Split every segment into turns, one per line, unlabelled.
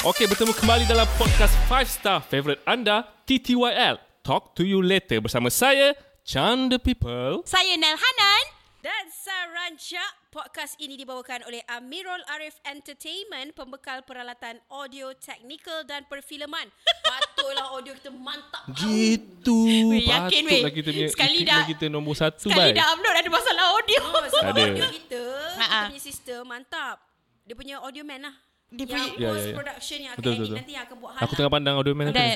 Okey, bertemu kembali dalam podcast 5 star favorite anda, TTYL. Talk to you later bersama saya, Chan the People.
Saya Nel Hanan dan Saranca. Podcast ini dibawakan oleh Amirul Arif Entertainment, pembekal peralatan audio, teknikal dan perfilman. Patutlah audio kita mantap.
Gitu.
Weh, yakin, weh.
Patutlah lah kita punya
Sekali
Sekali
dah-
kita nombor satu,
Sekali
baik.
dah upload ada masalah audio.
Oh, sebab
Ada.
audio kita, kita
Ha-ha.
punya sistem mantap. Dia punya audio man lah.
Dia
yang
punya-
Ya, ya,
post
ya.
production yang akan
Betul,
edit
betul.
nanti yang akan buat hal
Aku tengah pandang audio man aku.
Dan,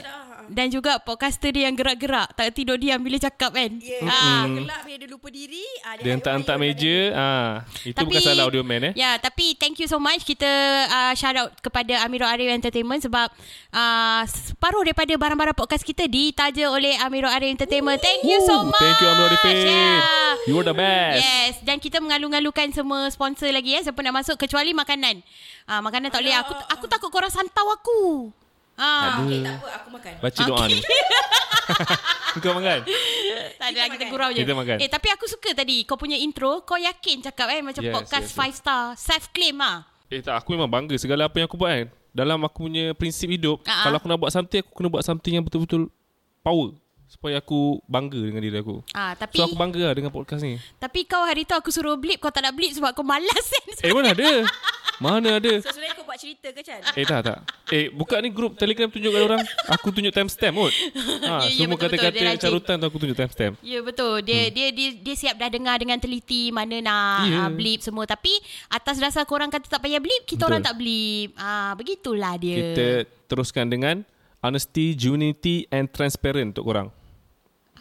dan juga podcaster dia yang gerak-gerak. Tak tidur diam bila cakap kan.
Yeah.
Ah.
Ah, gelap bila dia lupa diri. Ah,
Dia hentak-hentak
audio
meja. Ah, itu bukan salah audio man eh.
Ya, tapi thank you so much. Kita uh, shout out kepada Amirul Arif Entertainment sebab uh, separuh daripada barang-barang podcast kita ditaja oleh Amirul Arif Entertainment. Thank you so
Woo,
much.
Thank you, Amro Arifin.
Yeah.
You are the best.
Yes, dan kita mengalu-ngalukan semua sponsor lagi ya. Siapa nak masuk kecuali makanan. Ah, makanan tak boleh. Aku aku takut korang santau aku. Ah,
Okay, tak apa. Aku makan.
Baca doa ni. Kau makan?
Tak ada lah, kita
makan.
gurau je.
Kita makan.
Eh, tapi aku suka tadi kau punya intro, kau yakin cakap eh macam
Yes,
yes, podcast
yes, yes.
yes, 5 star, self claim ah.
Eh tak, aku memang bangga segala apa yang aku buat kan. Dalam aku punya prinsip hidup,
Ah, ah.
kalau aku nak buat something, aku kena buat something yang betul-betul power. Supaya aku bangga dengan diri aku.
Ah, tapi
So aku bangga lah dengan podcast ni.
tapi kau hari tu aku suruh blip, kau tak nak blip sebab kau malas kan.
Eh mana ada? Mana ada?
So, sebenarnya kau buat cerita ke, Chan?
Eh tak tak. Eh buka ni grup Telegram tunjuk kat orang. Aku tunjuk timestamp kot. Ha,
Ya, ya,
semua
betul-betul.
kata-kata
Dia rajin.
carutan tu aku tunjuk timestamp.
Ya betul. Dia, hmm. dia dia dia siap dah dengar dengan teliti mana
Ya.
nak yeah. uh, blip semua. Tapi atas dasar korang kata tak payah blip,
Betul.
kita betul. orang tak blip. Ah, begitulah dia.
Kita teruskan dengan honesty, genuinity and transparent untuk korang.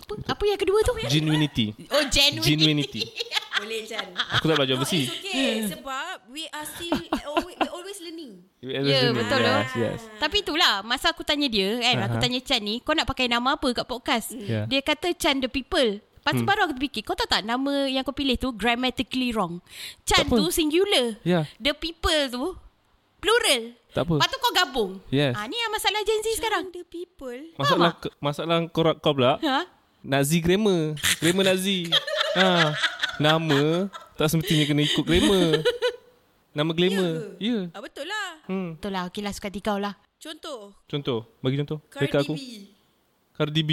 apa apa yang kedua tu?
Genuinity.
Oh, genuine.
Genuinity.
Boleh, Chan.
Aku tak belajar
No,
besi.
it's okay. Sebab we are still, always, we always learning.
Ya, betul
yes,
loh.
yes.
Tapi itulah masa aku tanya dia kan, uh-huh. aku
Aha.
tanya Chan ni, kau nak pakai nama apa kat podcast?
Yeah.
Yeah. Dia kata Chan the people. Lepas tu hmm. baru aku terfikir, kau tahu tak nama yang kau pilih tu grammatically wrong. Chan
Tak apa.
tu singular.
Yeah.
The people tu plural.
Tak apa.
Lepas tu kau gabung.
Yes.
Ha, ni yang masalah Gen Z sekarang.
The people.
Masalah masalah kau kau pula
Ha?
Nazi grammar. Grammar Nazi. ha. Nama tak semestinya kena ikut grammar. Nama glamour. Ya. Yeah.
Ah, betul lah.
Hmm.
Betul lah. Okey lah, suka hati kau lah.
Contoh,
Contoh, bagi contoh. Dekat
Cardi
aku
B.
Cardi B.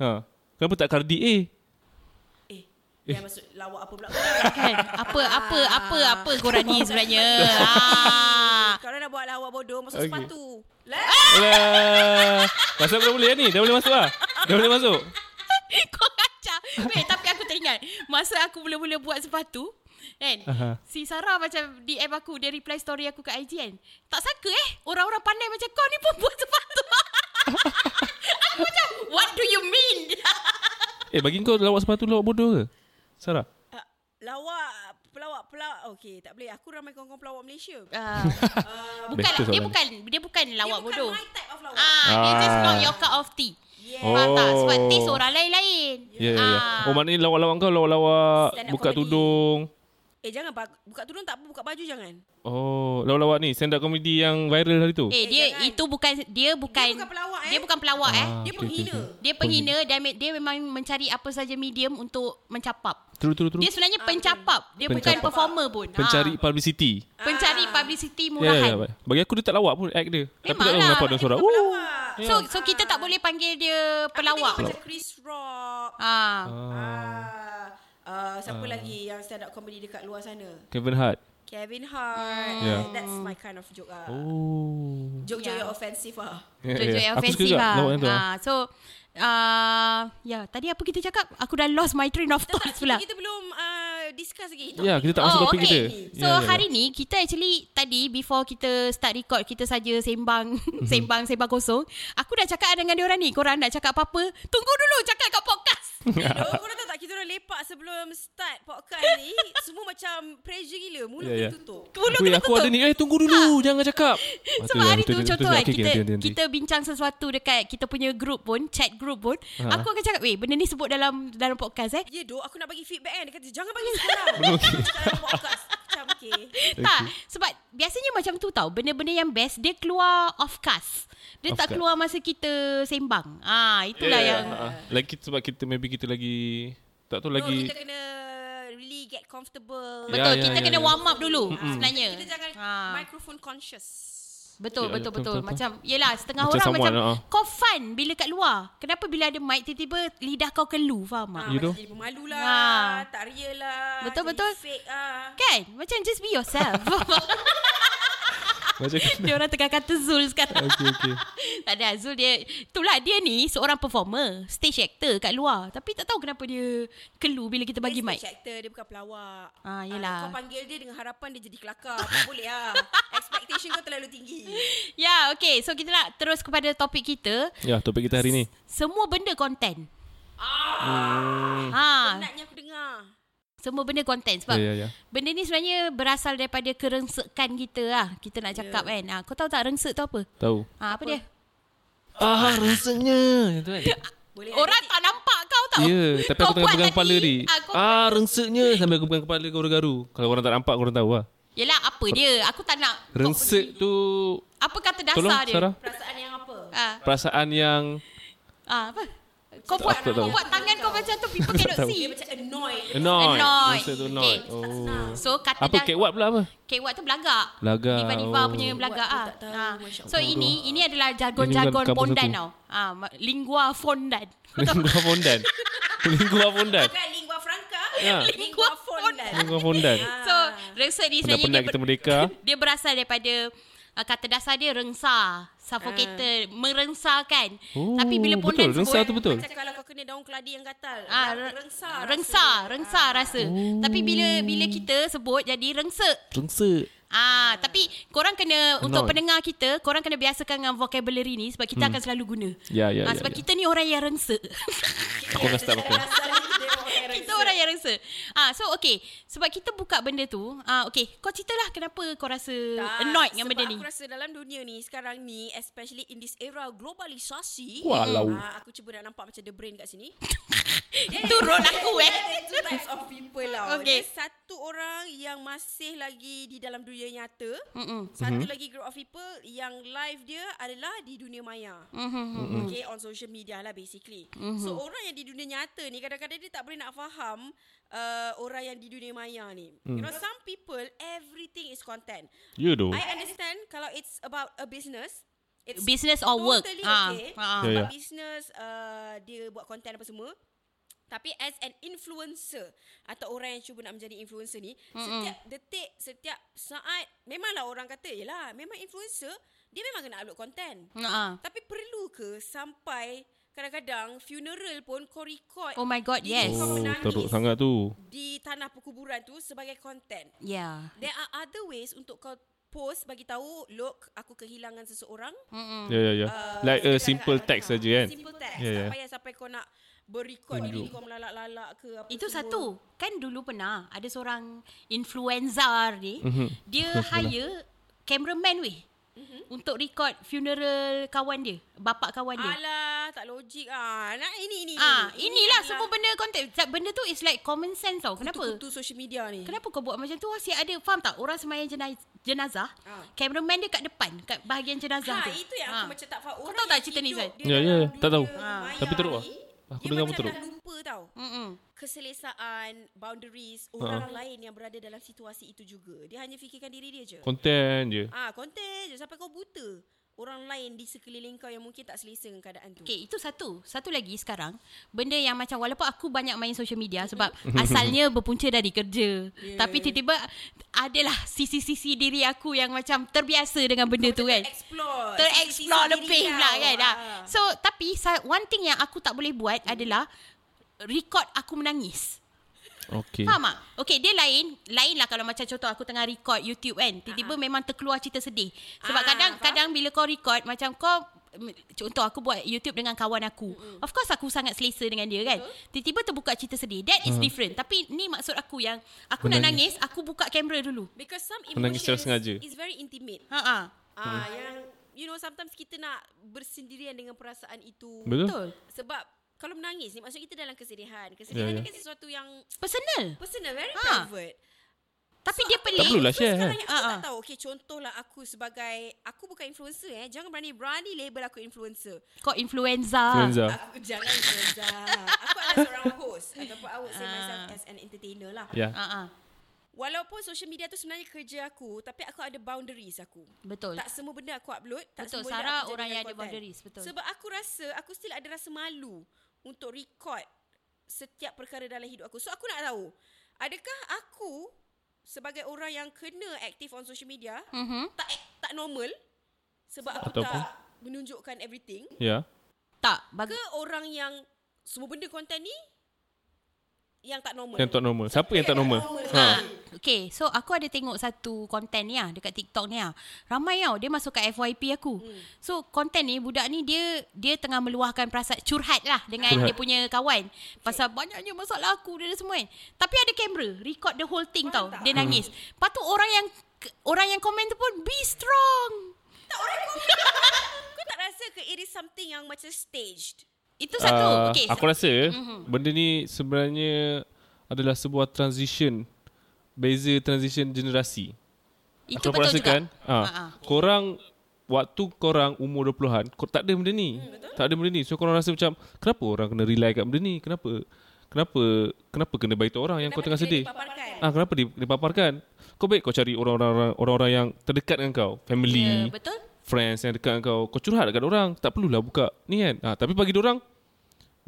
Ha. Kenapa tak Cardi A?
Eh, Yang masuk lawak apa pula
Kan? Apa, apa, apa, apa korang ni sebenarnya. ha.
Kalau nak Ah. buat lawak bodoh Masuk
Okey.
okay. sepatu Lah
Ah.
Alah. Masuk aku dah boleh dah ni. Dah boleh masuk lah. Dah boleh masuk.
Kau kacau Weh tapi aku teringat Masa aku mula-mula buat sepatu Kan
Aha.
Si Sarah macam DM aku Dia reply story aku kat IG kan Tak sangka eh Orang-orang pandai macam kau ni pun buat sepatu Aku macam What do you mean
Eh, bagi kau lawak sepatu lawak bodoh ke? Sarah.
Ah, Lawak Pelawak Pelawak Okey tak boleh Aku ramai kawan-kawan pelawak Malaysia
uh,
Ah,
Bukan lah,
Betul
Dia
soalan.
bukan Dia bukan lawak
Dia bukan
bodoh
my type of lawak
Ah, Dia just
Ah.
not your cup of tea
Yeah.
Eh, Faham tak? Sebab
Oh.
taste orang lain-lain
Ya, ya, ya.
Ah.
Oh, maknanya lawak-lawak kau lawak-lawak
Stand up
buka
comedy.
tudung.
Eh jangan pak- Buka tudung tak apa Buka baju jangan
Oh, lawak-lawak ni stand up comedy yang viral hari tu.
Eh, dia
jangan.
itu bukan dia bukan
bukan pelawak, eh.
Dia bukan pelawak eh.
Ah,
Dia
okey, okey,
penghina.
okey.
Dia penghina dan me- dia memang mencari apa saja medium untuk mencapap.
Terus terus terus.
Dia sebenarnya pencapap. Dia
Pencapap.
bukan performer pun.
Pencari
Ha.
publicity.
Pencari publicity
Ya, ya,
murahan.
ya. Bagi aku dia tak lawak pun act dia. Tapi tak tahu
Memang lah,
kenapa ada suara.
Bukan
Uh.
pelawak
So so kita tak boleh panggil dia
Pelawak
Eh, pelawak.
Macam Chris Rock
Ah.
Ah, ah, Siapa lagi Yang stand up comedy Dekat luar sana
Kevin Hart.
Kevin Hart
Yeah.
That's my kind of joke ah.
Oh.
Yeah.
Joke-joke yang offensive ah.
Ya,
Jojo yeah.
Aku suka
offensive
juga
lah.
lawak yang tu. ah.
Ha. So uh, ya, tadi apa kita cakap? Aku dah lost my train of
Tak,
thought
kita,
pula.
kita belum ah, discuss lagi
Ya, kita tak masuk topik kita.
Oh,
Ya,
So
ya,
yeah,
ya.
hari ni kita actually tadi before kita start record kita saja sembang
Mhm.
sembang sembang kosong. Aku dah cakap dengan dia orang ni. Korang nak cakap apa-apa? Tunggu dulu cakap kat podcast.
Hello, korang tahu tak kita orang lepak sebelum start podcast ni Semua macam pressure gila Mulut
Ya, ya.
yeah, tutup
Mulut
Weh,
kena
aku ada
tutup.
ni. Eh, tunggu dulu. Jangan cakap.
Sebab hari tu contoh kan kita kita bincang sesuatu dekat kita punya group pun, chat group pun,
Ha.
aku akan cakap, "Weh, benda ni sebut dalam dalam podcast eh."
Ya dok aku nak bagi feedback kan Dia kata jangan bagi sekarang okay. podcast Macam okay
Tak, Ha, sebab biasanya macam tu tau. Benda-benda yang best dia keluar off cast. Dia
Off cast.
tak keluar masa kita sembang. Ah,
Ya,
itulah yang
Lagi sebab kita maybe kita lagi tak tahu
no,
lagi
Kita kena really get comfortable
Ya,
Betul,
ya,
kita
ya,
kena
ya.
warm up dulu sebenarnya.
Kita jangan
Ha.
microphone conscious
Betul,
Ya,
betul,
betul,
betul,
betul,
Macam, yelah setengah
Macam
orang
someone,
macam
ah.
kau fun bila kat luar. Kenapa bila ada mic tiba-tiba lidah kau kelu, faham tak?
Ah,
You
macam
know?
jadi pemalu lah,
Ah.
tak real lah.
Betul,
jadi
betul.
Fake ah.
Kan? Macam just be yourself.
Macam
dia orang tengah kata Zul sekarang.
Okay, okay.
tak ada Zul dia Itulah dia ni Seorang performer Stage actor kat luar Tapi tak tahu kenapa dia Kelu bila kita bagi
Dia
mic
stage actor, dia bukan pelawak.
Ah, yelah.
kau panggil dia dengan harapan dia jadi kelakar. tak boleh lah. Expectation kau terlalu tinggi.
Ya okay So kita nak terus kepada topik kita
Ya, topik kita hari ni.
Semua benda konten
Hmm.
ha,
Penatnya aku dengar.
Semua benda konten Sebab
Ya, ya, ya.
Benda ni sebenarnya berasal daripada kerengsekan kita lah. Kita
Ya.
nak cakap yeah. kan. Ah, kau tahu tak rengsek tu apa?
Tahu.
Ah, apa, apa dia?
Ah, rasanya. Itu kan?
Boleh lah,
Orang tak nampak kau tau.
Ya, tapi
Kau
aku tengah
buat
pegang
tadi.
kepala ni.
Ah, kau... ah.
Ah, rengseknya sambil aku pegang kepala garu-garu. Kalau orang tak nampak, korang tahu lah.
Yelah, apa dia? Aku tak nak. kau pergi.
Rengsek tu...
Apa kata dasar
Tolong,
dia?
Sarah.
Perasaan yang apa?
Ah,
Perasaan yang...
ah, apa? Kau
Tak, aku
buat,
tak
kau
tahu.
buat tangan kau macam tu. People cannot
tahu.
Dia
see.
macam annoyed.
Annoyed.
Annoyed.
Rengsek tu annoyed.
Okay.
Oh.
So, kata
Apa,
dasar.
kewat pula apa?
Kewat tu belagak.
Belagak,
Diva-diva
oh.
punya belagak
Kewat
ah.
tu tak tahu,
Ah.
Masya
So ini ini adalah
Ini bukan
jargon-jargon
kampus
pondan
aku.
tau. Ah, ma- lingua fondan.
Lingua fondan. Lingua fondan.
Bukan lingua franca.
Ya.
Lingua Ah. fondan.
Lingua fondan.
So,
Ah.
rengsek ni sebenarnya
Penat-penat
dia
kita merdeka.
dia berasal daripada uh, kata dasar dia rengsa,
Ah.
suffocated, uh. merengsakan.
Oh,
Tapi bila pondan
betul. Rengsa tu betul.
Macam kalau kau kena daun keladi yang gatal.
Ah,
Dah
re-
rengsa.
rengsa,
rasa. Ah.
rengsa rasa. Oh. Tapi bila bila kita sebut jadi rengsek.
Rengsek.
Ah, tapi korang kena untuk
Annoyed.
pendengar kita, korang kena biasakan dengan vocabulary ni sebab kita hmm. akan selalu guna.
Ya, ya,
Ah,
ya,
sebab
ya.
kita ni orang yang rengsek.
Aku akan start pakai.
Perasaan dia orang
kita
rengsa.
orang yang rengsek. Ah, so okay, sebab kita buka benda tu, ah okay, kau ceritalah kenapa kau rasa
Tak,
annoyed dengan
Ah, sebab
benda ni.
aku rasa dalam dunia ni sekarang ni especially in this era globalisasi
Walau.
ah, aku cuba nak nampak macam the brain kat sini
Turun aku eh.
There are two types of people lah
Okay.
okay. satu orang yang masih lagi di dalam dunia nyata Mm-mm. satu mm-hmm. lagi group of people yang live dia adalah di dunia maya mm-hmm. okay on social media lah basically mm-hmm. so orang yang di dunia nyata ni kadang-kadang dia tak boleh nak faham uh, orang yang di dunia maya ni mm. Oh. you know some people everything is content
You do.
I understand kalau it's about a business. It's
Business or work.
Totally
Ah,
okay.
ah.
Ya,
Sebab
ya.
business uh, dia buat content apa semua. Tapi as an influencer atau orang yang cuba nak menjadi influencer ni, mm setiap detik, setiap saat memanglah orang kata, "Yalah, memang influencer dia memang kena upload content."
Ah.
Tapi perlu ke sampai kadang-kadang funeral pun kau record
Oh my god, yes.
Oh,
Kau menangis.
teruk sangat tu.
di tanah perkuburan tu sebagai content?
Yeah.
There are other ways untuk kau post bagi tahu look aku kehilangan seseorang.
Hmm.
Ya, ya,
Uh,
ya. Like a
Uh, Sekarang
simple
kat-
text
ha,
saja kan?
Simple text.
Ya,
Yeah,
ya.
Tak payah sampai kau nak berikod diri kau melalak-lalak ke apa
Itu
semua.
satu. Kan dulu pernah ada seorang influencer ni, mm-hmm. dia hire cameraman weh. Mm-hmm. Untuk record funeral kawan dia, bapa kawan dia.
Alah, tak logik ah. Nak ini ini.
Ah, inilah semua benda konten. Benda tu is like common sense tau. Kenapa?
Kenapa? Kutu social media ni.
Kenapa kau buat macam tu? Asyik ada faham tak? Orang sembahyang jenaz- jenazah,
Ah.
cameraman dia kat depan, kat bahagian jenazah
Ha,
tu.
itu yang
Ah.
aku macam tak faham.
Kau
Orang
tahu tak
yang
cerita ni,
hidup
Zai?
dia
Ya, ya,
dalam
tak tahu.
dunia
Ha.
maya
Tapi teruk
ni,
ah. Aku
dia
dengar
macam
pun teruk.
dah lupa tau.
Mm-mm.
Ha.
Keselesaan, boundaries, orang lain yang berada dalam situasi itu juga. Dia hanya fikirkan diri dia je.
Content je.
Ah, konten je sampai kau buta. Orang lain di sekeliling kau yang mungkin tak selesa dengan keadaan tu.
Okay, itu satu. Satu lagi sekarang, benda yang macam walaupun aku banyak main social media sebab asalnya berpunca dari kerja. Yeah. Tapi tiba-tiba adalah sisi-sisi diri aku yang macam terbiasa dengan benda tu kan.
Explore.
Terexplore
Sisi-sisi
lebih
diri
pula
kau. Hmm.
kan. Ah.
Ah.
So, tapi sa- one thing yang aku tak boleh buat adalah record aku menangis.
Okay.
Faham tak? Okay, dia lain. Lain lah kalau macam contoh aku tengah record YouTube kan. Tiba-tiba memang terkeluar cerita sedih. Sebab
Ha. Ah, faham?
kadang-kadang bila kau record, macam kau... mm, Contoh aku buat YouTube dengan kawan aku. Mm-hmm. Of course aku sangat selesa dengan dia kan. Tiba-tiba terbuka cerita sedih. That
Mm.
is different. Tapi ni maksud aku yang aku
Menangis.
nak nangis, aku buka kamera dulu.
Because some
Menangis
emotions
secara sengaja. Hmm.
is very intimate.
Ha ah.
Ah, yang you know sometimes kita nak bersendirian dengan perasaan itu.
Betul?
Betul.
Sebab kalau menangis ni maksud kita dalam kesedihan.
Ya, ya.
Kesedihan yeah, ni kan sesuatu yang
Personal.
personal, very
Ha.
private.
Tapi dia pelik.
Tak perlulah
So,
share kan?
sekarang yang aku
Ah,
tak tahu Okay contohlah aku sebagai Aku bukan influencer eh Jangan berani-berani label aku influencer
Kau influenza.
Influenza.
Aku jangan
Ah.
influencer Aku adalah seorang host Ataupun I would say myself as an entertainer lah
Ya.
Ha ah.
Walaupun social media tu sebenarnya kerja aku, tapi aku ada boundaries aku.
Betul.
Tak semua benda aku upload, tak
Betul,
semua benda
Sarah
aku
orang yang
jadikan
ada
content.
boundaries, betul.
Sebab aku rasa aku still ada rasa malu untuk record setiap perkara dalam hidup aku. So aku nak tahu, adakah aku sebagai orang yang kena aktif on social media
Mhm.
tak tak normal sebab aku
Ataupun?
tak menunjukkan everything
Ya.
Tak, bagi
ke orang yang semua benda konten ni yang tak normal.
Yang tak normal. Siapa yang tak normal? Ha.
Ah, Okay, so aku ada tengok satu konten ni lah dekat TikTok ni lah. Ramai tau, dia masuk kat FYP aku. Hmm. So, konten ni, budak ni dia dia tengah meluahkan perasaan curhat lah dengan
Curhat.
curhat. dia punya kawan. Pasal banyaknya masalah aku dia semua kan. Tapi ada kamera, record the whole thing tau. Dia
Hmm.
nangis. Lepas tu orang yang orang yang komen tu pun, be strong.
Kau tak rasa ke it is something yang macam staged?
Itu satu. Mhm.
Ah,
okay,
aku rasa benda ni sebenarnya adalah sebuah transition beza transition generasi.
itu
aku
betul
rasakan.
juga.
Ha.
Ha, ha.
Korang waktu korang umur 20-an, kor- tak ada benda ni. Hmm, tak ada benda ni. So korang rasa macam kenapa orang kena rely kat benda ni? Kenapa? Kenapa kenapa kena bagi tahu orang yang kau tengah sedih?
Paparkan.
Ah kenapa di- dipaparkan? Kau baik kau cari orang-orang orang-orang yang terdekat dengan kau, family,
Ya, betul?
friends yang dekat dengan kau. Kau curhat dekat orang, tak perlulah buka ni kan. Ah tapi bagi orang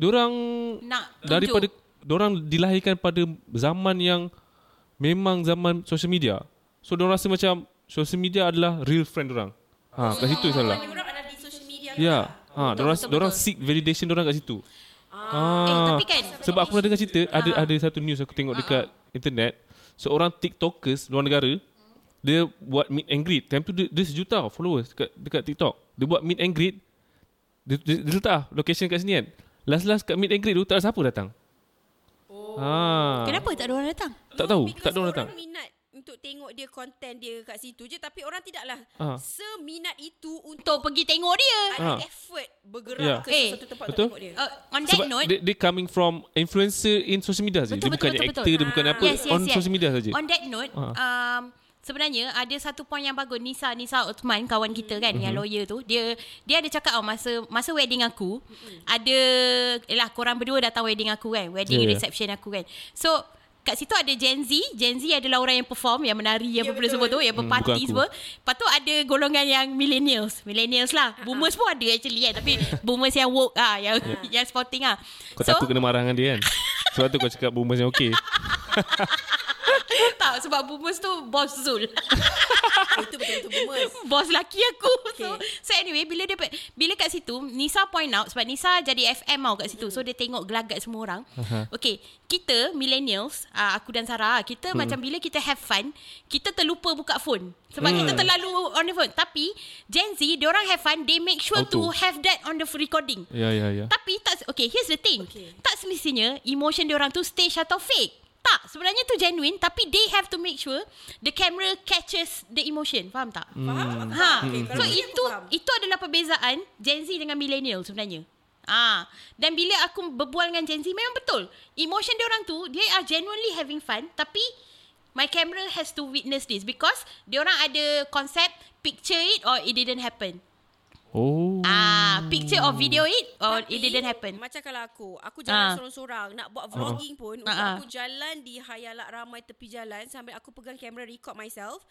orang
Nak
daripada
tunjuk.
orang dilahirkan pada zaman yang memang zaman social media. So orang rasa macam social media adalah real friend orang. Ha, kat situ salah.
Orang ada di social media.
Ya. Ha, orang orang seek validation orang kat situ. Ah.
Eh, tapi kan,
Sebab aku pernah dengar cerita
Ah.
ada ada satu news aku tengok dekat internet seorang TikTokers luar negara dia buat meet and greet. Time tu dia, dia sejuta followers dekat dekat TikTok. Dia buat meet and greet. Dia, dia, dia letak lah location kat sini kan. Last-last kat meet and greet tu tak ada siapa datang. Oh. Ha.
kenapa tak ada orang datang?
Tak tahu, Oh, tak ada orang datang.
minat untuk tengok dia konten dia kat situ je tapi orang tidaklah
Ah.
seminat itu
Untuk
untuk
pergi tengok dia.
ada
Ah.
effort bergerak
Ya.
ke
Eh,
sesuatu tempat
betul.
untuk tengok dia.
Uh, on that
Sebab
note,
dia, dia coming from influencer in social media saja. Dia
Betul, betul,
bukannya
betul,
actor,
betul. Ah,
dia bukan apa.
Yes, yes,
on
yes.
social media saja.
On that note,
Ha.
um, sebenarnya ada satu point yang bagus Nisa Nisa Uthman kawan kita kan mm-hmm. yang
Mhm.
lawyer tu dia dia ada cakap tau masa masa wedding aku mm-hmm. ada lah korang berdua datang wedding aku kan wedding
Yeah,
yeah,
yeah.
reception aku kan so kat situ ada Gen Z Gen Z adalah orang yang perform yang menari yang yeah, apa semua tu yang berparti
Hmm, bukan aku.
semua lepas tu ada golongan yang millennials millennials lah boomers pun ada actually kan tapi boomers yang woke ah yang yang sporting ah
Ya. Kau takut kena marah dengan dia kan. Sebab tu kau cakap boomers yang okey.
tak sebab boomers tu bos Zul
Ah, Itu betul-betul boomers.
Hmm.
bos laki aku. Okay. So, so anyway bila dia pe- bila kat situ Nisa point out sebab Nisa jadi FM tau kat situ. So dia tengok gelagat semua orang.
Aha.
Okay kita millennials uh, aku dan Sarah kita
Hmm.
macam bila kita have fun kita terlupa buka phone
Hmm.
sebab kita terlalu on the phone. Tapi Gen Z dia orang have fun they make sure
Auto.
to have that on the recording.
Ya, ya, ya.
Tapi tak Okay here's the thing
Okay.
okay. Tak semestinya Emotion diorang tu Stage atau fake Tak Sebenarnya tu genuine Tapi they have to make sure The camera catches The emotion Faham tak hmm.
Faham? Aku
ha.
faham. Okay,
So
kalau macam tu
itu
faham.
Itu adalah perbezaan Gen Z dengan millennial sebenarnya Ah, dan bila aku berbual dengan Gen Z memang betul. Emotion dia orang tu they are genuinely having fun tapi my camera has to witness this because dia orang ada konsep picture it or it didn't happen.
Oh.
Ah, picture or video it or it
Tapi,
didn't happen.
Macam kalau aku Aku
Ah.
jalan sorang-sorang Nak buat vlogging pun Untuk
Ah, ah.
aku jalan di Hayalat ramai tepi jalan Sambil aku pegang kamera record myself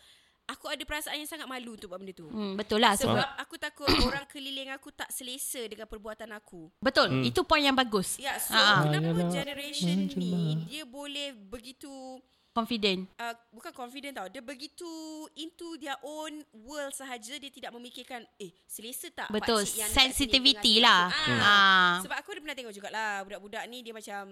Aku ada perasaan yang sangat malu Untuk buat benda tu
Hmm, betul lah sebab,
Sebab aku takut orang keliling aku tak selesa dengan perbuatan aku.
betul hmm. itu point yang bagus.
Ya, so
Ah, ah.
kenapa
Hayalat
generation
menjelma.
ni dia boleh begitu
confident.
uh, bukan confident tau. Dia begitu into their own world sahaja dia tidak memikirkan eh selesa tak
Betul,
pakcik yang dekat sini
sensitivity
tengah
lah.
tengok aku? Ah.
Ah.
Sebab aku ada pernah tengok jugalah budak-budak ni dia macam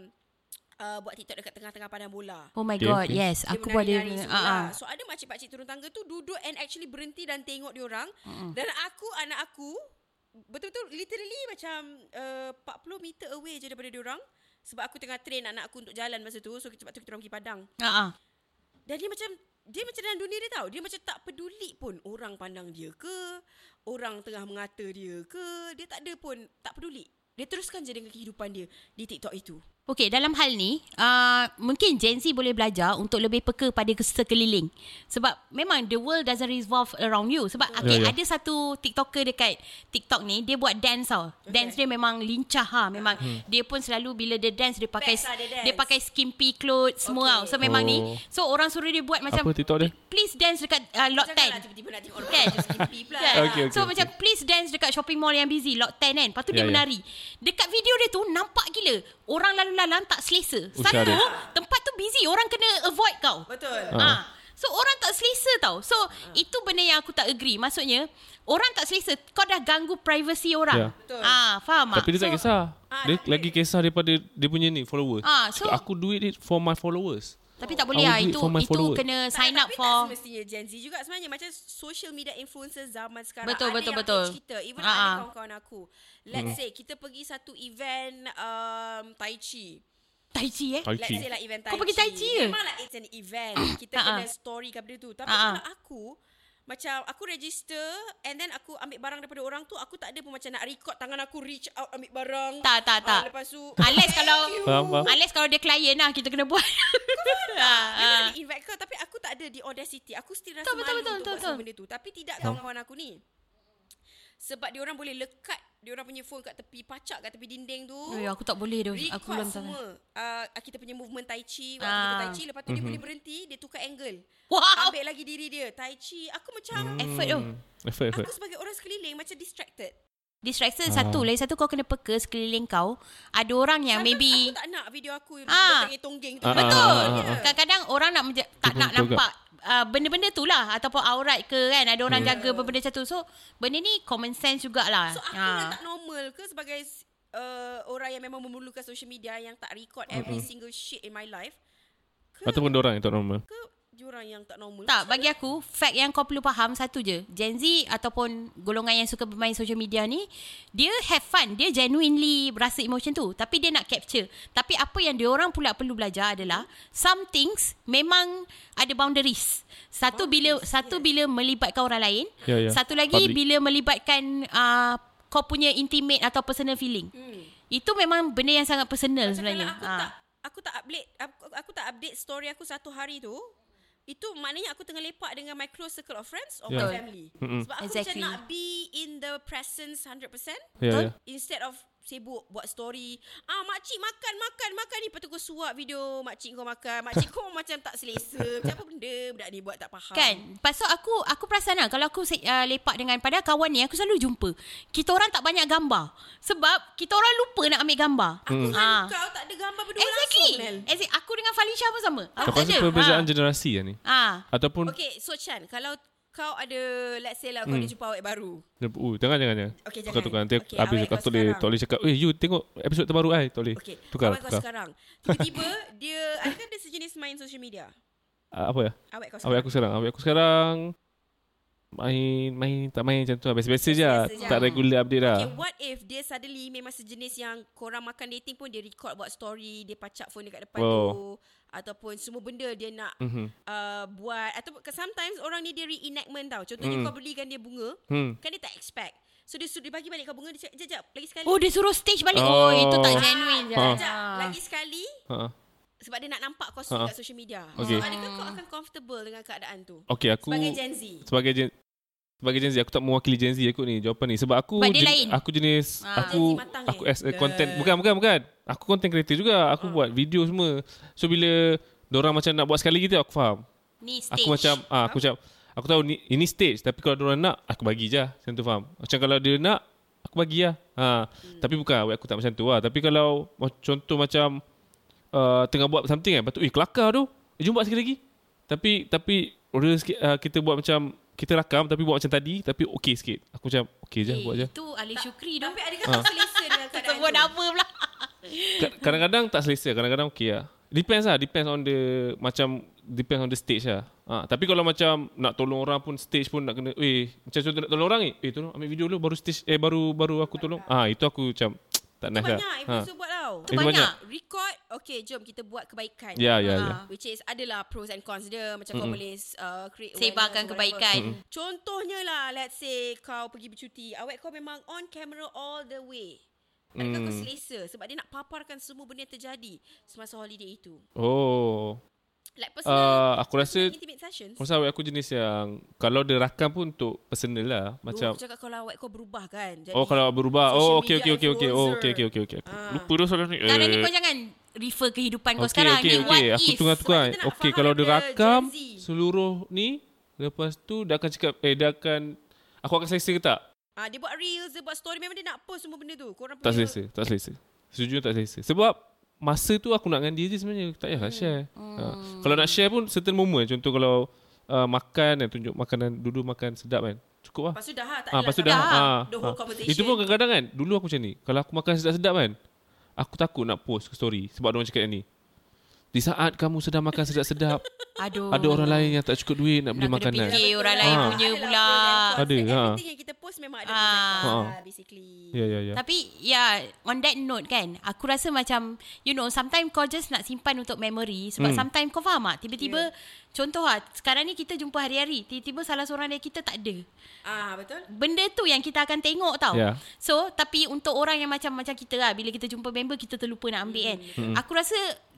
uh, buat TikTok dekat tengah-tengah pandang bola.
Oh my
Okay,
god,
okay.
yes.
Dia
Aku pun ada
menari-nari semua
ah,
lah.
ah.
So ada makcik-pakcik turun tangga tu duduk and actually berhenti dan tengok dia orang. Dan aku anak aku betul-betul literally macam uh, 40 meter away je daripada dia orang sebab aku tengah train anak aku untuk jalan masa tu. So sebab tu kita orang pergi padang.
Ah, ah.
Dan dia macam dia macam dalam dunia dia tau. Dia macam tak peduli pun orang pandang dia ke, orang tengah mengata dia ke, dia tak ada pun tak peduli. Dia teruskan je dengan kehidupan dia di TikTok itu.
Okey, dalam hal ni, uh, mungkin Gen Z boleh belajar untuk lebih peka pada kes- sekeliling. Sebab memang the world doesn't revolve around you. Sebab okay,
Ya, ya.
ada satu TikToker dekat TikTok ni, dia buat dance tau. Dance dia memang lincah ha, memang
Hmm.
dia pun selalu bila dia dance dia pakai
Best lah dia dance.
dia pakai skimpy clothes semua
Okey.
tau. So memang ni,
Oh.
so orang suruh dia buat macam
Apa TikTok dia?
Please dance dekat uh, lot 10.
Janganlah tiba-tiba nak tengok orang baju skimpy pula.
Kan?
Okay, okay, okay.
so macam please dance dekat shopping mall yang busy lot 10 kan. Lepas tu
Ya,
dia
ya.
menari. Dekat video dia tu nampak gila. Orang lalu-lalang tak selesa.
Usah
Satu
dia.
tempat tu busy orang kena avoid kau.
Betul.
Ha.
Ah.
ha. So orang tak selesa tau. So itu benda yang aku tak agree. Maksudnya orang tak selesa kau dah ganggu privacy
Ya.
orang.
Betul.
Ah, ha, faham tak?
Tapi dia tak kisah.
Ah,
Dia
tapi-
lagi kisah daripada dia punya ni followers.
Ah, so-
Cakap, aku do it for my followers.
Tapi tak boleh
I will
lah
do it
itu
for my
itu
followers.
kena sign
tak,
up
tapi
for
tak semestinya Gen Z juga sebenarnya macam social media influencer zaman sekarang
Betul,
ada
betul,
yang
betul.
age kita even
Ha,
ada
ha.
kawan-kawan aku let's
Hmm.
say kita pergi satu event um, tai chi
tai chi eh.
Tai
Let's
Chi.
say lah event tai
Kau pergi tai chi ke?
Memanglah it's an event Kita
Ah,
kena
ah.
story kat benda tu Tapi
Ah, ah.
kalau aku Macam aku register And then aku ambil barang daripada orang tu Aku tak ada pun macam nak record Tangan aku reach out ambil barang
Tak, tak,
Ah,
tak.
Lepas tu
Unless kalau
Faham, faham.
Unless kalau dia klien lah kita kena buat.
Dia
Ha, ha.
ada invite ke Tapi aku tak ada the audacity Aku still rasa
Betul,
malu
betul, betul,
Untuk
betul,
buat semua
betul.
benda tu Tapi tidak kawan-kawan aku ni Sebab diorang boleh lekat Diorang punya phone kat tepi Pacak kat tepi dinding tu
Ui, Oh, ya, aku tak boleh tu. Aku
Record
belum tahu.
semua uh, Kita punya movement tai chi Waktu
Ah.
kita tai chi Lepas tu dia boleh berhenti Dia tukar angle
Wow. Hmm.
Ambil lagi diri dia Tai chi Aku macam
Effort tu.
Hmm. Effort, effort.
Oh. Aku sebagai orang sekeliling Macam distracted
Ah.
Distraction satu Lagi satu kau kena peka Sekeliling kau Ada orang yang
Sometimes
Ya, maybe
Aku tak nak video aku
Ah.
Bertenggih-tongging tu
Ah, ah,
Betul
ah, ah, ah.
Kadang-kadang orang nak menja- Tak
Betul,
nak
betul,
nampak uh, Benda-benda tu lah Ataupun aurat ke kan Ada orang jaga Benda-benda macam tu So benda ni Common sense jugalah
So aku
Ah.
yang tak normal ke Sebagai uh, Orang yang memang memerlukan social media Yang tak record Every single shit in my life Ke
Ataupun dia orang yang tak normal.
Ke Diorang yang tak normal
Tak, bagi aku fact yang kau perlu faham satu je. Gen Z ataupun golongan yang suka bermain social media ni, dia have fun, dia genuinely rasa emotion tu, tapi dia nak capture. Tapi apa yang dia orang pula perlu belajar adalah some things memang ada boundaries. Satu bila satu bila melibatkan orang lain,
Ya, ya.
satu lagi
Public.
bila melibatkan uh, kau punya intimate atau personal feeling.
Hmm.
Itu memang benda yang sangat personal
Macam
sebenarnya.
kalau aku
Ah.
tak aku tak update aku, aku tak update story aku satu hari tu itu maknanya aku tengah lepak dengan my close circle of friends or
Yeah.
my family mm-hmm. sebab aku
Exactly.
macam nak be in the presence 100%
Ya, ya.
instead of sibuk buat story ah makcik makan makan makan ni patut kau suap video makcik kau makan makcik kau macam tak selesa macam apa benda budak ni buat tak faham
Kan Pasal aku Aku perasan lah Kalau aku se- uh, lepak dengan Padahal kawan ni Aku selalu jumpa Kita orang tak banyak gambar Sebab Kita orang lupa nak ambil gambar
aku
Mm.
hmm.
Ah.
kau tak ada gambar berdua
Exactly
langsung Nel.
Exactly Aku dengan Falisha pun sama Aku
Lepas
tak
tu
ada.
perbezaan
Ah.
generasi lah ni.
Ah.
Ataupun
okay so Chan kalau kau ada let's say lah kau ada jumpa awak baru
Uh, jangan jangan jangan.
Okey,
Tukar
jangan.
Mm. tukar nanti
Okey,
okay, habis
awet
cakap
kau
tak boleh
sekarang.
tak boleh cakap, "Eh, you tengok episod terbaru ai." Tak boleh.
Okay.
Tukar
awak kau
tukar.
sekarang. Tiba-tiba dia ada kan dia sejenis main social media.
Ah, apa ya?
Awak kau
Awet
sekarang.
aku sekarang, awet aku sekarang main main tak main macam tu lah. biasa-biasa je.
Biasa-biasa je.
Tak regular update lah. dah.
Okay, what if dia suddenly memang sejenis yang korang makan dating pun dia record buat story, dia pacak phone dekat depan
Wow.
tu ataupun semua benda dia nak
Mhm.
uh, buat atau sometimes orang ni dia reenactment tau. Contohnya kau belikan dia bunga,
Hmm.
kan dia tak expect. So dia suruh dia bagi balik kau bunga dia cakap, "Jap, jap, lagi sekali."
Oh dia suruh stage balik
Oh.
Oh, itu tak
Ah.
genuine je
Jap,
Ah.
jap,
Ah.
lagi sekali
Ha.
sebab dia nak nampak kau sweet
Ah.
kat social media.
Okay.
So adakah kau akan comfortable dengan keadaan tu?
Okey, aku
Sebagai Gen Z.
sebagai Gen sebagai Gen Z aku tak mewakili Gen Z aku ni jawapan ni sebab aku
Sebab dia lain.
aku jenis
Ah.
aku
Gen Z matang
aku
eh?
as a content bukan bukan bukan aku content creator juga
Ah.
aku buat video semua so bila orang macam nak buat sekali gitu aku faham
Ni stage
aku macam ah aku macam aku tahu ni ini stage tapi kalau orang nak aku bagi je lah. macam tu faham macam kalau dia nak aku bagi lah ha tapi bukan awet aku tak macam tu lah tapi kalau ma- contoh macam uh, tengah buat something kan lepas tu eh kelakar tu eh, jom buat sekali lagi tapi tapi order sikit, uh, kita buat macam kita rakam tapi buat macam tadi tapi okey sikit aku macam okey je
Eh,
buat je
Itu Ali Syukri tu
Tapi adakah
Ha.
kau selesa dengan keadaan
Sebut
tu?
nama pula
Ka- kadang-kadang tak selesa kadang-kadang okey lah depends lah depends on the macam depends on the stage lah ha, tapi kalau macam nak tolong orang pun stage pun nak kena eh macam contoh nak tolong orang ni eh tolong ambil video dulu baru stage eh baru baru aku tolong ah ha, itu aku macam tak nice lah
Banyak
ha.
influencer buat tau.
Itu banyak. banyak.
Record, okay jom kita buat kebaikan.
ya ya ya
Ah.
Which is adalah pros and cons dia Macam mm. kau boleh uh, create awareness
Sebarkan
or whatever.
kebaikan. Mm.
Contohnya lah Let's say kau pergi bercuti Awet kau memang on camera all the way Adakah
Mm.
kau selesa Sebab dia nak paparkan semua benda yang terjadi Semasa holiday itu
Oh.
Like personal uh,
Uh, aku rasa
Intimate sessions
Masa awet aku jenis yang Kalau dia rakam pun untuk personal lah
Oh, Macam
Macam
Aku cakap kalau awak kau berubah kan jadi
Oh kalau berubah
social
Oh okey
media
okey okey okey Oh
influencer.
okey okey okey okey Aku
Ah.
Lupa dah soalan ni
Sekarang ni
Eh.
kau jangan refer kehidupan kau
Okey,
sekarang
okey,
ni.
okey.
What
Aku
if?
tengah tukar
Sebab
kan
kita nak
Okey
faham
kalau dia
dia
rakam
Gen Z.
Seluruh ni Lepas tu dia akan cakap Eh dia akan Aku akan selesa ke tak?
Ah, dia buat reels, dia buat story memang dia nak post semua benda tu. Korang
Tak
punya-
selesa Tak selesa Sejujurnya tak selesa Sebab Masa tu aku nak dengan dia je sebenarnya Tak payahlah
Hmm.
share ha. Kalau nak share pun Certain moment Contoh kalau uh, Makan eh, Tunjuk makanan Duduk makan sedap kan Cukup lah
Lepas tu dah lah, tak
Ah,
adalah
lepas tu
kau
dah.
nak
Ah,
the whole
ah.
conversation.
Itu pun kadang-kadang kan. Dulu aku macam ni. Kalau aku makan sedap-sedap kan. Aku takut nak post ke story. Sebab orang cakap yang ni. Di saat kamu sedang makan sedap-sedap.
Aduh.
ada orang lain yang tak cukup duit nak beli
Nak kena
makanan.
fikir orang lain
Ah.
punya
Adalah
pula.
pros and cons.
Ada, ha.
lah, Everything yang kita post memang ada pros and cons
Ah.
lah, basically.
Ya, ya, ya.
Tapi ya yeah, on that note kan aku rasa macam you know sometimes kau just nak simpan untuk memory sebab
Hmm.
mm. sometimes kau faham tak tiba-tiba yeah. contoh lah sekarang ni kita jumpa hari-hari tiba-tiba salah seorang dari kita tak ada
Ah, betul?
benda tu yang kita akan tengok tau.
Ya.
Yeah. So tapi untuk orang yang macam macam kita lah bila kita jumpa member kita terlupa nak ambil kan.
Hmm.
Aku rasa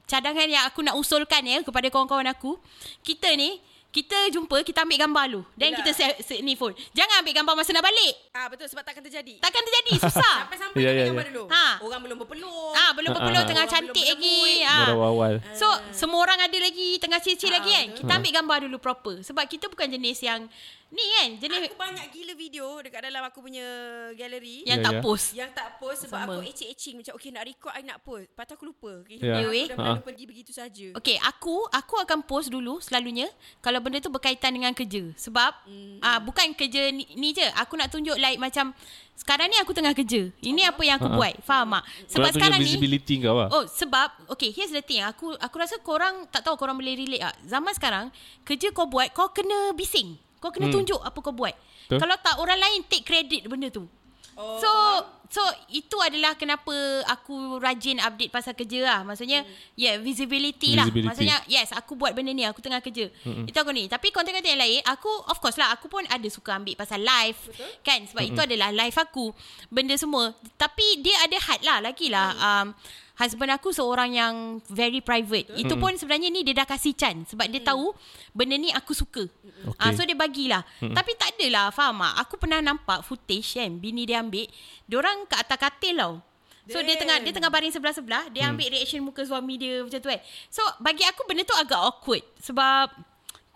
cadangan yang aku nak usulkan ya kepada kawan-kawan aku, kita ni kita jumpa kita ambil gambar lu dan
Yelah.
kita set, set ni phone. Jangan ambil gambar masa nak balik.
Ah, betul sebab takkan terjadi.
Takkan terjadi susah.
Ya,
Sampai-sampai yeah,
ya,
yeah,
ya.
dulu.
Ha.
Orang belum berpeluh.
Ah belum berpeluh
Ah, ah.
tengah
Orang
cantik
belum
lagi.
Baru
Ah.
awal.
So semua orang ada lagi tengah
Ah,
cil-cil lagi kan. Kita ambil gambar dulu proper sebab kita bukan jenis yang ni kan jenis
Aku banyak gila video dekat dalam aku punya galeri.
yang
Ya,
tak
ya.
post.
Yang tak post sebab
Sama.
aku ecing-ecing macam okay nak record I nak post. Lepas tu aku lupa. Okay,
Ya.
Aku
Eh,
dah
ha.
ha. pergi begitu saja.
Okay, aku aku akan post dulu selalunya kalau benda tu berkaitan dengan kerja. Sebab
Hmm.
ah bukan kerja ni, ni je. Aku nak tunjuk like macam sekarang ni aku tengah kerja. Ini apa yang aku
Ha-ha.
buat. Faham tak?
Sebab
Sebab sekarang ni
visibility kau lah.
Oh sebab Okay here's the thing Aku aku rasa korang Tak tahu korang boleh relate tak Zaman sekarang Kerja kau buat Kau kena bising Kau kena hmm. tunjuk Apa kau buat
Betul.
Kalau tak orang lain Take credit benda tu
Oh,
So So itu adalah kenapa aku rajin update pasal kerja lah Maksudnya hmm. Yeah visibility, lah
Visibility.
Maksudnya yes aku buat benda ni Aku tengah kerja hmm. Itu aku ni Tapi konten-konten yang lain Aku of course lah Aku pun ada suka ambil pasal live Betul? Kan sebab hmm. itu adalah live aku Benda semua Tapi dia ada had lah Lagilah um, Husband aku seorang yang Very private Itu pun sebenarnya ni Dia dah kasih chance Sebab dia tahu Benda ni aku suka okay.
Okay.
So dia bagilah hmm. Tapi tak adalah Faham tak Aku pernah nampak footage kan Bini dia ambil Diorang kat atas katil tau So dia
Damn.
tengah dia tengah baring sebelah-sebelah Dia ambil reaction muka suami dia Macam tu kan So bagi aku benda tu agak awkward Sebab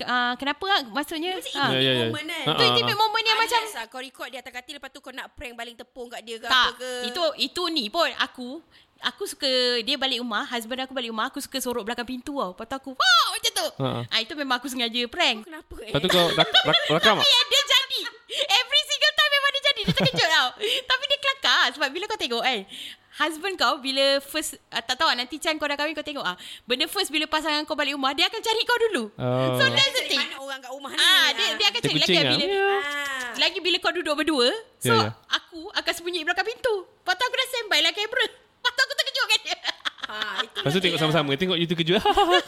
uh, Kenapa lah Maksudnya
Macam
ah.
Ya,
intimate
ya, ya.
moment kan.
Ha,
Tu
Ah,
intimate
ah.
moment yang macam
Unless lah, kau record di atas katil lepas tu kau nak prank baling tepung kat dia ke
tak.
apa ke.
Itu itu ni pun aku aku suka dia balik rumah, husband aku balik rumah, aku suka sorok belakang pintu tau. Lepas tu aku wow macam tu.
Ha.
Ha. Ah itu memang aku sengaja prank.
Kenapa eh?
Lepas tu kau rak, rak, rakam ah. tak?
Ya dia jadi. Every single time memang dia jadi. Dia terkejut tau. Tapi dia kelakar sebab bila kau tengok kan Husband kau bila first uh, Tak tahu lah, nanti Chan kau dah kahwin kau tengok ah Benda first bila pasangan kau balik rumah Dia akan cari kau dulu
Oh.
So that's the
Cari
thing
mana orang kat rumah ni?
ah, dia, dia akan
Dia
cari lagi
kucing
lah
ah.
bila
Ah.
Lagi bila kau duduk berdua
Ya, ya.
So yeah, yeah. aku akan sembunyi belakang pintu Lepas tu aku dah standby lah kamera Lepas tu aku terkejut kan dia
Ah, itu
Lepas tu
nanti
tengok
lah.
sama-sama. Tengok you terkejut.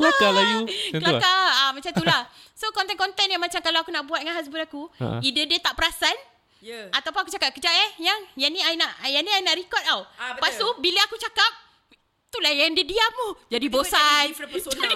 Kelakar lah you. Macam tu lah.
Kelakar ah, Macam tu lah So konten-konten yang macam Kalau aku nak buat dengan husband aku
Ha.
Either dia tak perasan
Ya.
Ataupun aku cakap Kejap eh Yang yang ni I nak Yang ni I nak record tau
Ah, betul.
Lepas tu bila aku cakap Itulah yang dia diam tu Jadi
Tiba
bosan
jadi different persona.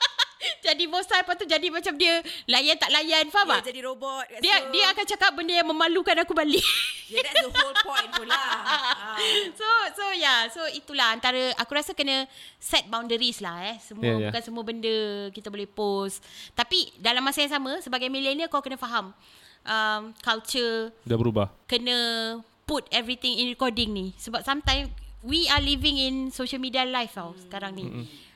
Jadi bosan Lepas tu jadi macam dia Layan tak layan Faham
Dia
tak?
Ya, jadi robot kat
Dia,
situ.
dia akan cakap benda yang memalukan aku balik
Yeah, that's the whole point pula. Ah.
So so yeah So itulah antara Aku rasa kena Set boundaries lah eh Semua
Ya,
yeah,
ya.
yeah. Bukan semua benda Kita boleh post Tapi dalam masa yang sama Sebagai millennial Kau kena faham um, Culture
Dah berubah.
Kena Put everything in recording ni Sebab sometimes We are living in Social media life tau Sekarang ni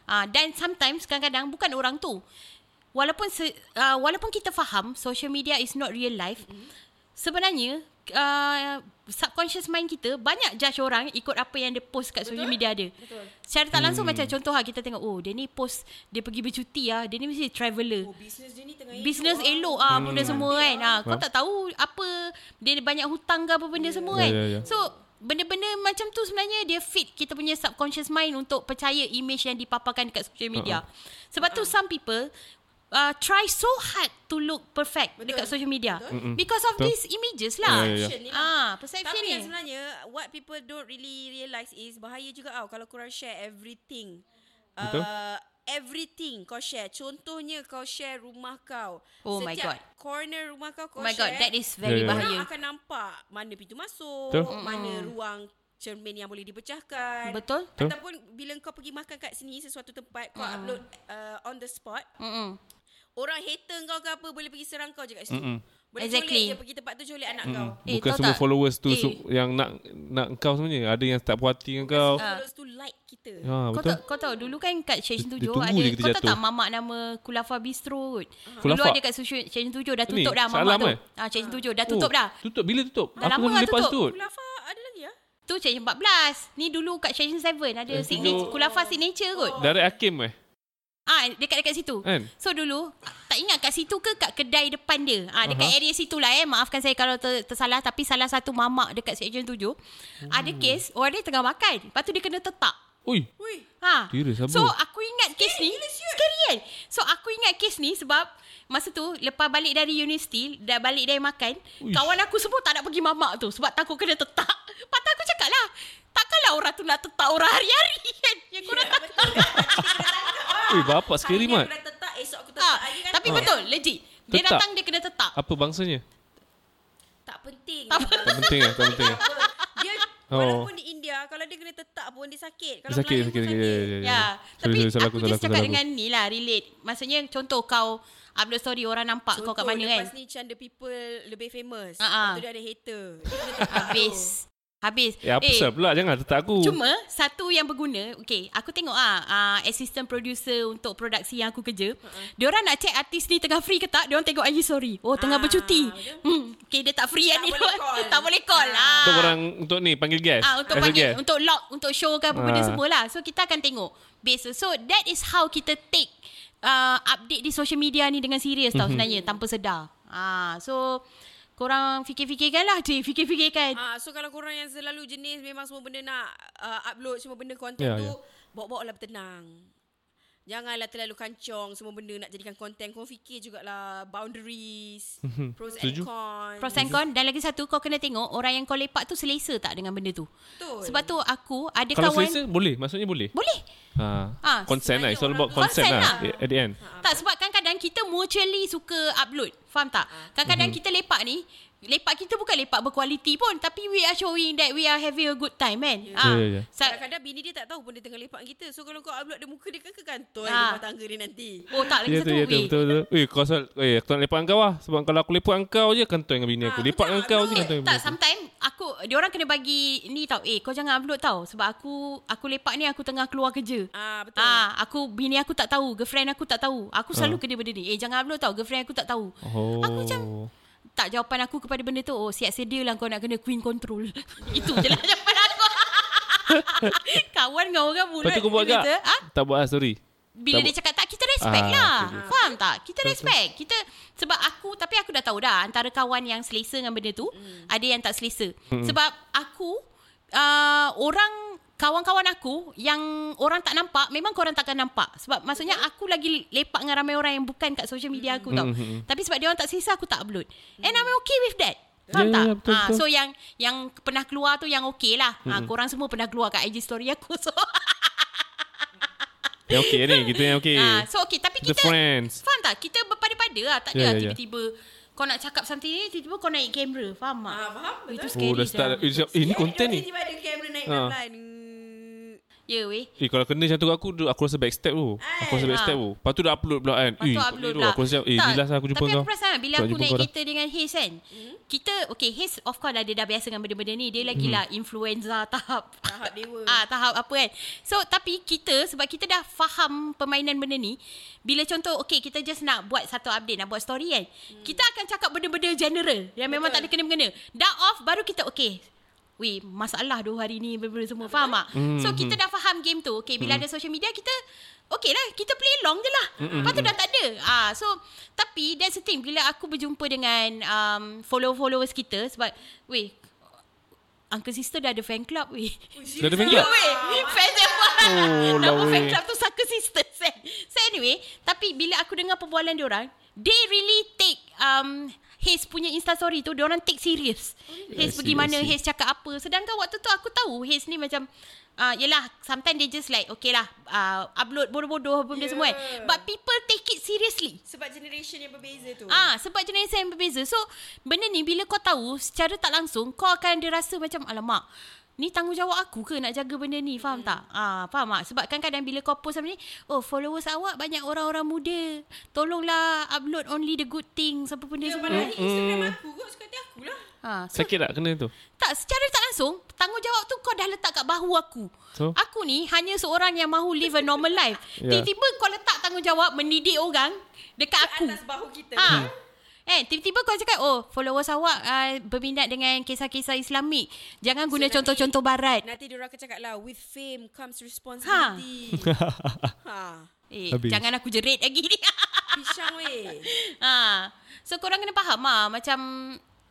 Ah, Dan sometimes Kadang-kadang Bukan orang tu Walaupun se, uh, Walaupun kita faham Social media is not real life Sebenarnya uh, subconscious mind kita banyak judge orang ikut apa yang dia post kat social media dia. Betul. Secara tak langsung hmm. macam contoh lah kita tengok oh dia ni post dia pergi bercuti ah dia ni mesti traveler.
Oh, business dia ni tengah
Business
elok
elok ah benda semua kan. Ha, kau
Ha?
tak tahu apa dia ada banyak hutang ke apa benda semua
Ya,
kan.
ya, ya.
So benda-benda macam tu sebenarnya dia fit kita punya
Ha,
subconscious mind untuk percaya image yang dipaparkan dekat social media. Sebab tu some people uh, try so hard to look perfect Betul. dekat social media Betul. because of
Betul.
these images lah.
Ya, ya, ya.
Perception ni lah.
Ah, perception
Tapi
ni.
yang sebenarnya What people don't really realise Is bahaya juga tau Kalau korang share everything
Betul.
Uh, everything kau share Contohnya kau share rumah kau
Oh my
Setiap
God.
corner rumah kau kau
Oh my god,
share
that is
Ya,
very
ya.
Orang
bahaya.
akan nampak Mana pintu masuk
Betul.
Mana ruang cermin yang boleh dipecahkan
Betul?
Betul.
Ataupun bila kau pergi makan kat sini Sesuatu tempat Kau upload uh, on the spot
Ah. Mm-mm.
Orang hater kau ke apa Boleh pergi serang kau je kat situ
Mm-mm.
Boleh
Exactly.
culik je Pergi tempat tu culik anak kau
Eh,
Bukan
tahu
semua
tak?
followers tu
Eh.
eh. yang nak nak kau sebenarnya. Ada yang tak puas hati dengan kau.
Ah.
Followers tu like kita
Ha,
Kau
betul.
tahu, kau tahu dulu kan kat Station
Dia-
7
dia tunggu
ada
je kita
kau tahu
jatuh.
tak mamak nama Kulafa Bistro kot. Dulu
Kulafak?
ada kat Station 7 dah
Ni,
tutup dah mamak
Salam
tu.
eh?
Ah Station 7 dah tutup dah.
Oh, Tutup bila tutup?
Dah lama
Aku
lah
sama lepas
tutup.
tu.
Kulafa ada lagi ya?
Tu Station 14. Ni dulu kat Station 7 ada
Eh,
signature
tunjuk-
Kulafa signature kot.
Direct Hakim eh.
Ah dekat-dekat situ.
Kan?
So dulu tak ingat kat situ ke kat kedai depan dia. Ah dekat
Aha.
uh-huh. area situ lah eh. Maafkan saya kalau ter, tersalah tapi salah satu mamak dekat section 7 oh. ada
Hmm.
kes orang dia tengah makan. Lepas tu dia kena tetak.
Ui.
Wih,
Ha.
Kira sabar.
So aku ingat kes ni Scary kan So aku ingat kes ni sebab Masa tu Lepas balik dari universiti Dah balik dari makan
Uish.
Kawan aku semua tak nak pergi mamak tu Sebab takut kena tetak Patut aku cakap lah Takkanlah orang tu nak tetak orang hari-hari kan Yang korang tak
betul.
Ui, bapak
Hari
scary
ni aku
mat.
dah tetak, esok aku tetak
ha.
lagi kan.
Ah.
Tapi
Tak-
betul legit Dia
Tetak.
datang dia kena tetak
Apa bangsanya?
Tak penting.
Tak
Tak penting eh, tak penting eh.
Dia
Oh.
walaupun di India, kalau dia kena tetak pun dia sakit. Kalau
Dia sakit,
Melayu
sakit,
pun
sakit. Ya, ya, ya.
Ya,
Sorry,
tapi
sorry, salah
aku
salah
just cakap
salah
dengan ni lah relate. Maksudnya contoh kau upload story orang nampak kau kat mana kan.
Lepas ni Chanda people lebih famous.
Ah, ah.
Lepas tu dia ada hater. Dia kena tetak
Habis. Habis.
Eh, apa eh. pula? Jangan tetak aku.
Cuma satu yang berguna Okay aku tengok ah uh, Assistant producer Untuk produksi yang aku kerja uh-huh. Diorang nak check artis ni Tengah free ke tak Diorang tengok IG story Oh tengah
Ah,
bercuti
betul.
hmm, Okay dia tak free kan
Tak
ni.
boleh call. Ah.
Tak boleh call lah
Untuk orang, untuk ni, panggil guest.
Ah untuk
As a
panggil
guest.
untuk log untuk show ke apa benda
eh? Ah.
semualah. So kita akan tengok based so that is how kita take uh, update di social media ni dengan
Mhm.
serius tau sebenarnya tanpa sedar. Ah so korang fikir-fikirkan lah Cik Fikir-fikirkan
Ah, so kalau korang yang selalu jenis memang semua benda nak uh, upload semua benda konten
Ya,
yeah,
ya.
tu, yeah. bawa-bawa lah bertenang. Janganlah terlalu kancong semua benda nak jadikan konten. Kau fikir jugalah boundaries,
Mhm.
pros and
Setuju.
cons.
Pros
Mhm.
and con Dan lagi satu Kau kena tengok Orang yang kau lepak tu Selesa tak dengan benda tu
Betul.
Sebab tu aku Ada
Kalau
kawan
selesa, boleh. Maksudnya boleh.
Boleh
Ha.
Ah,
Consent lah. It's all about consent
Consent
lah.
lah.
At the end.
Tak sebab kadang-kadang Kita mutually suka upload Faham tak
Mhm.
Kadang-kadang kita lepak ni Lepak kita bukan lepak berkualiti pun Tapi we are showing that We are having a good time kan yeah.
Ya, ya, ya.
Kadang-kadang bini dia tak tahu pun dia tengah lepak dengan kita. So kalau kau upload dia muka dia kan ke kantor ha.
Ah.
rumah tangga dia nanti.
Oh tak lagi
Ya
satu
tu, ya tu,
weh.
betul betul. Eh, kau asal, eh, aku tak nak lepak dengan kau lah. Sebab kalau aku lepak dengan kau je, kentut dengan bini aku.
Ah,
Lepak dengan kau je,
betul.
kentut
Eh,
dengan
tak
bini aku.
sometimes aku diorang kena bagi ni tau eh kau jangan upload tau sebab aku aku lepak ni aku tengah keluar kerja
Ah betul.
Ah, aku bini aku tak tahu, girlfriend aku tak tahu. Aku selalu ha. kena benda ni. Eh jangan upload tau, girlfriend aku tak tahu.
Ah. Oh.
Aku macam tak jawapan aku kepada benda tu. Oh, siap sedia lah kau nak kena queen control. Itu je lah jawapan aku. Kawan dengan orang mulut.
Lepas tu kau buat
dia
tak?
kata, "Ah,
Tak buat lah, sorry.
bila
Tak
dia cakap tak kita
Ah,
respect ah, lah.
okey,
Okay. Faham tak? Kita respect. Kita sebab aku tapi aku dah tahu dah antara kawan yang selesa dengan benda tu, mm. ada yang tak selesa.
Hmm.
Mm. Sebab aku uh, orang kawan-kawan aku yang orang tak nampak memang korang takkan nampak sebab maksudnya aku lagi lepak dengan ramai orang yang bukan kat social media aku tau.
Mm.
Tapi sebab dia orang tak selesa aku tak upload. And I'm okay with that.
Ya,
Faham
ya,
tak?
ya, betul,
Ah,
betul. Hmm,
so yang yang pernah keluar tu yang okay lah. Mm. korang semua pernah keluar kat IG story aku so.
Yang okay Eh, ni, kita yang okay.
Ah, so okay tapi
The
kita
friends.
Faham tak? Kita berpada-pada lah. Tak ada
Ya,
yeah,
ya, ya.
tiba-tiba kau nak cakap something ni, tiba-tiba kau naik kamera. Faham tak?
Ah faham
Itu
betul.
Oh,
scary
dah start. Eh, macam, eh, ni konten ni.
Tiba-tiba ada kamera naik
Ah.
pelan-pelan.
Ya weh.
Eh kalau kena macam tu kat aku duk- Aku rasa backstab tu Aku rasa
Eh,
backstab
ha.
tu Lepas tu dah upload pula kan
Lepas
Eh,
tu
kau ni
upload
tu.
lah.
Aku rasa eh,
Tak,
ni last aku jumpa
Tapi
kau
aku perasan lah, bila
Tak
aku
jumpa
naik
kau dah. Hmm?
kereta dengan Haze kan. Kita, okay Haze of course lah dia dah biasa dengan benda-benda ni. Dia lagi lah influenza tahap.
Tahap dewa.
Ah, tahap apa kan. So, tapi kita, sebab kita dah faham permainan benda ni. Bila contoh, okay kita just nak buat satu update, nak buat story kan. Kita akan cakap benda-benda general. Yang memang tak ada kena-mengena. Dah off, baru kita okay. Weh, masalah dua hari ni benda semua. Faham tak? So, kita dah faham game tu. Okay, bila ada social media, kita... Okay lah, kita play long je lah. Lepas tu dah tak ada. Ah, so, tapi that's the thing. Bila aku berjumpa dengan um, follower-followers kita, sebab, weh, Uncle Sister dah ada fan club weh.
Dah ada fan
Ya
club
weh Fan dia
Oh,
Nama
lah,
fan
weh.
club tu Saka sisters eh. So anyway Tapi bila bila aku dengar perbualan diorang, they really take um Haze punya instastory tu diorang take serious. Haze
I see,
pergi
I
mana,
see.
Haze cakap apa. Sedangkan waktu tu aku tahu Haze ni macam Uh, yelah Sometimes they just like Okay lah uh, Upload bodoh-bodoh Apa benda
Yeah.
yeah. semua kan But people take it seriously
Sebab generation yang berbeza tu.
Ah, sebab jenis yang berbeza. So, benda ni bila kau tahu secara tak langsung, kau akan ada rasa macam, alamak, ni tanggungjawab aku ke nak jaga benda ni? Faham tak? Ah, faham tak? Sebab kadang-kadang bila kau post macam ni, oh followers awak banyak orang-orang muda. Tolonglah upload only the good things, apa benda yeah,
Ya,
semua.
malah Instagram aku kot suka hati aku lah.
Ah, so,
Sakit tak kena tu?
tak, secara tak langsung, tanggungjawab tu kau dah letak kat bahu aku.
So?
Aku ni hanya seorang yang mahu live a normal life.
Yeah.
Tiba-tiba kau letak tanggungjawab mendidik orang dekat aku.
Atas bahu kita.
Ha.
Hmm.
Eh, tiba-tiba kau cakap, oh, followers awak uh, berminat dengan kisah-kisah Islamik. Jangan guna
nanti-
contoh-contoh barat.
Nanti diorang akan cakap lah, with fame comes responsibility. Ha. ha.
Eh,
Habis.
jangan aku jerit lagi ni.
Pisang weh.
ha. So, korang kena faham lah. Macam,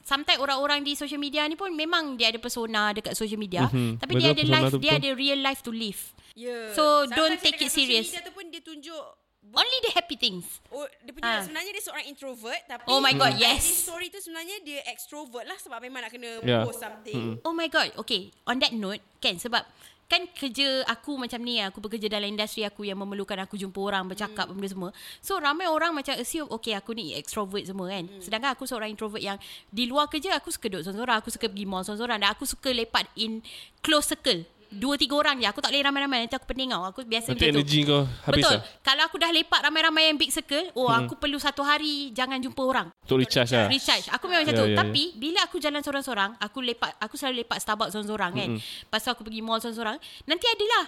sometimes orang-orang di social media ni pun memang dia ada persona dekat social media.
Mhm.
Mm-hmm. Tapi dia
Betul,
ada
persona
life,
tu
dia
betul.
ada real life to live.
Yeah.
So,
Sama
don't
Ya. macam
take
dekat
it
social
serious.
Media tu pun dia tunjuk
Only the happy things.
Oh, dia
Ah.
punya sebenarnya dia seorang introvert tapi
Oh my God,
Hmm.
yes.
Di story tu sebenarnya dia extrovert lah sebab memang nak kena
Yeah. Hmm.
post something.
Oh my god. Okay, on that note, kan sebab kan kerja aku macam ni aku bekerja dalam industri aku yang memerlukan aku jumpa orang bercakap hmm. benda semua. So ramai orang macam assume okay aku ni extrovert semua kan. Hmm. Sedangkan aku seorang introvert yang di luar kerja aku suka duduk seorang-seorang, aku suka pergi mall seorang-seorang dan aku suka lepak in close circle. Dua tiga orang je Aku tak boleh ramai-ramai Nanti aku pening tau Aku biasa
Nanti energi kau habis
Betul
lah.
Kalau aku dah lepak ramai-ramai yang big circle Oh hmm. aku perlu satu hari Jangan jumpa orang
Untuk recharge lah.
Recharge Aku memang
Ya,
macam tu
ya, ya.
Tapi bila aku jalan seorang-seorang Aku lepak Aku selalu lepak Starbucks seorang-seorang kan Lepas tu aku pergi mall seorang-seorang Nanti adalah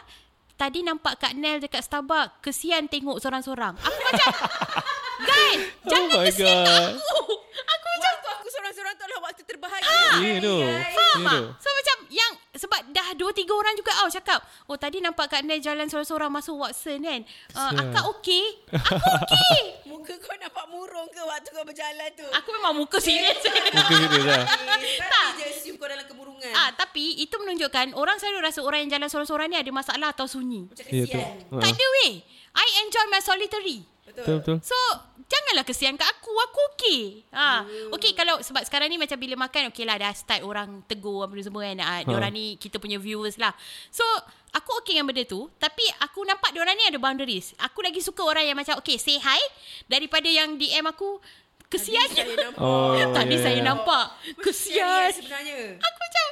Tadi nampak Kak Nel dekat Starbucks Kesian tengok seorang-seorang Aku macam Guys Jangan
Oh my
kesian kat
God.
aku Aku macam
Waktu aku seorang-seorang tu adalah waktu
Ha.
terbahagia.
Ya tu.
Faham
Ya
tak?
tu.
So macam yang sebab dah dua tiga orang juga tau cakap. Oh tadi nampak Kak Nel jalan seorang-seorang masuk Watson kan. Uh,
Sial.
akak okey? Aku okey.
Muka kau nampak murung ke waktu kau berjalan tu?
aku memang muka serius.
Muka serius lah.
Eh, tak. Dia assume kau dalam kemurungan.
ah tapi itu menunjukkan orang selalu rasa orang yang jalan seorang-seorang ni ada masalah atau sunyi.
Macam
Ya tu.
kesian.
Ha.
Tak ada weh. I enjoy my solitary.
Betul betul.
So Janganlah kesian kat aku Aku okey ha.
Hmm.
Okey kalau Sebab sekarang ni Macam bila makan Okey lah dah start Orang tegur Apa semua kan ha. Diorang ni Kita punya viewers lah So Aku okey dengan benda tu Tapi aku nampak Diorang ni ada boundaries Aku lagi suka orang yang macam Okay say hi Daripada yang DM aku Kesian
Tadi saya nampak.
Oh,
Tadi
ya,
saya
ya.
nampak
Kesian
Kesian
sebenarnya.
Aku macam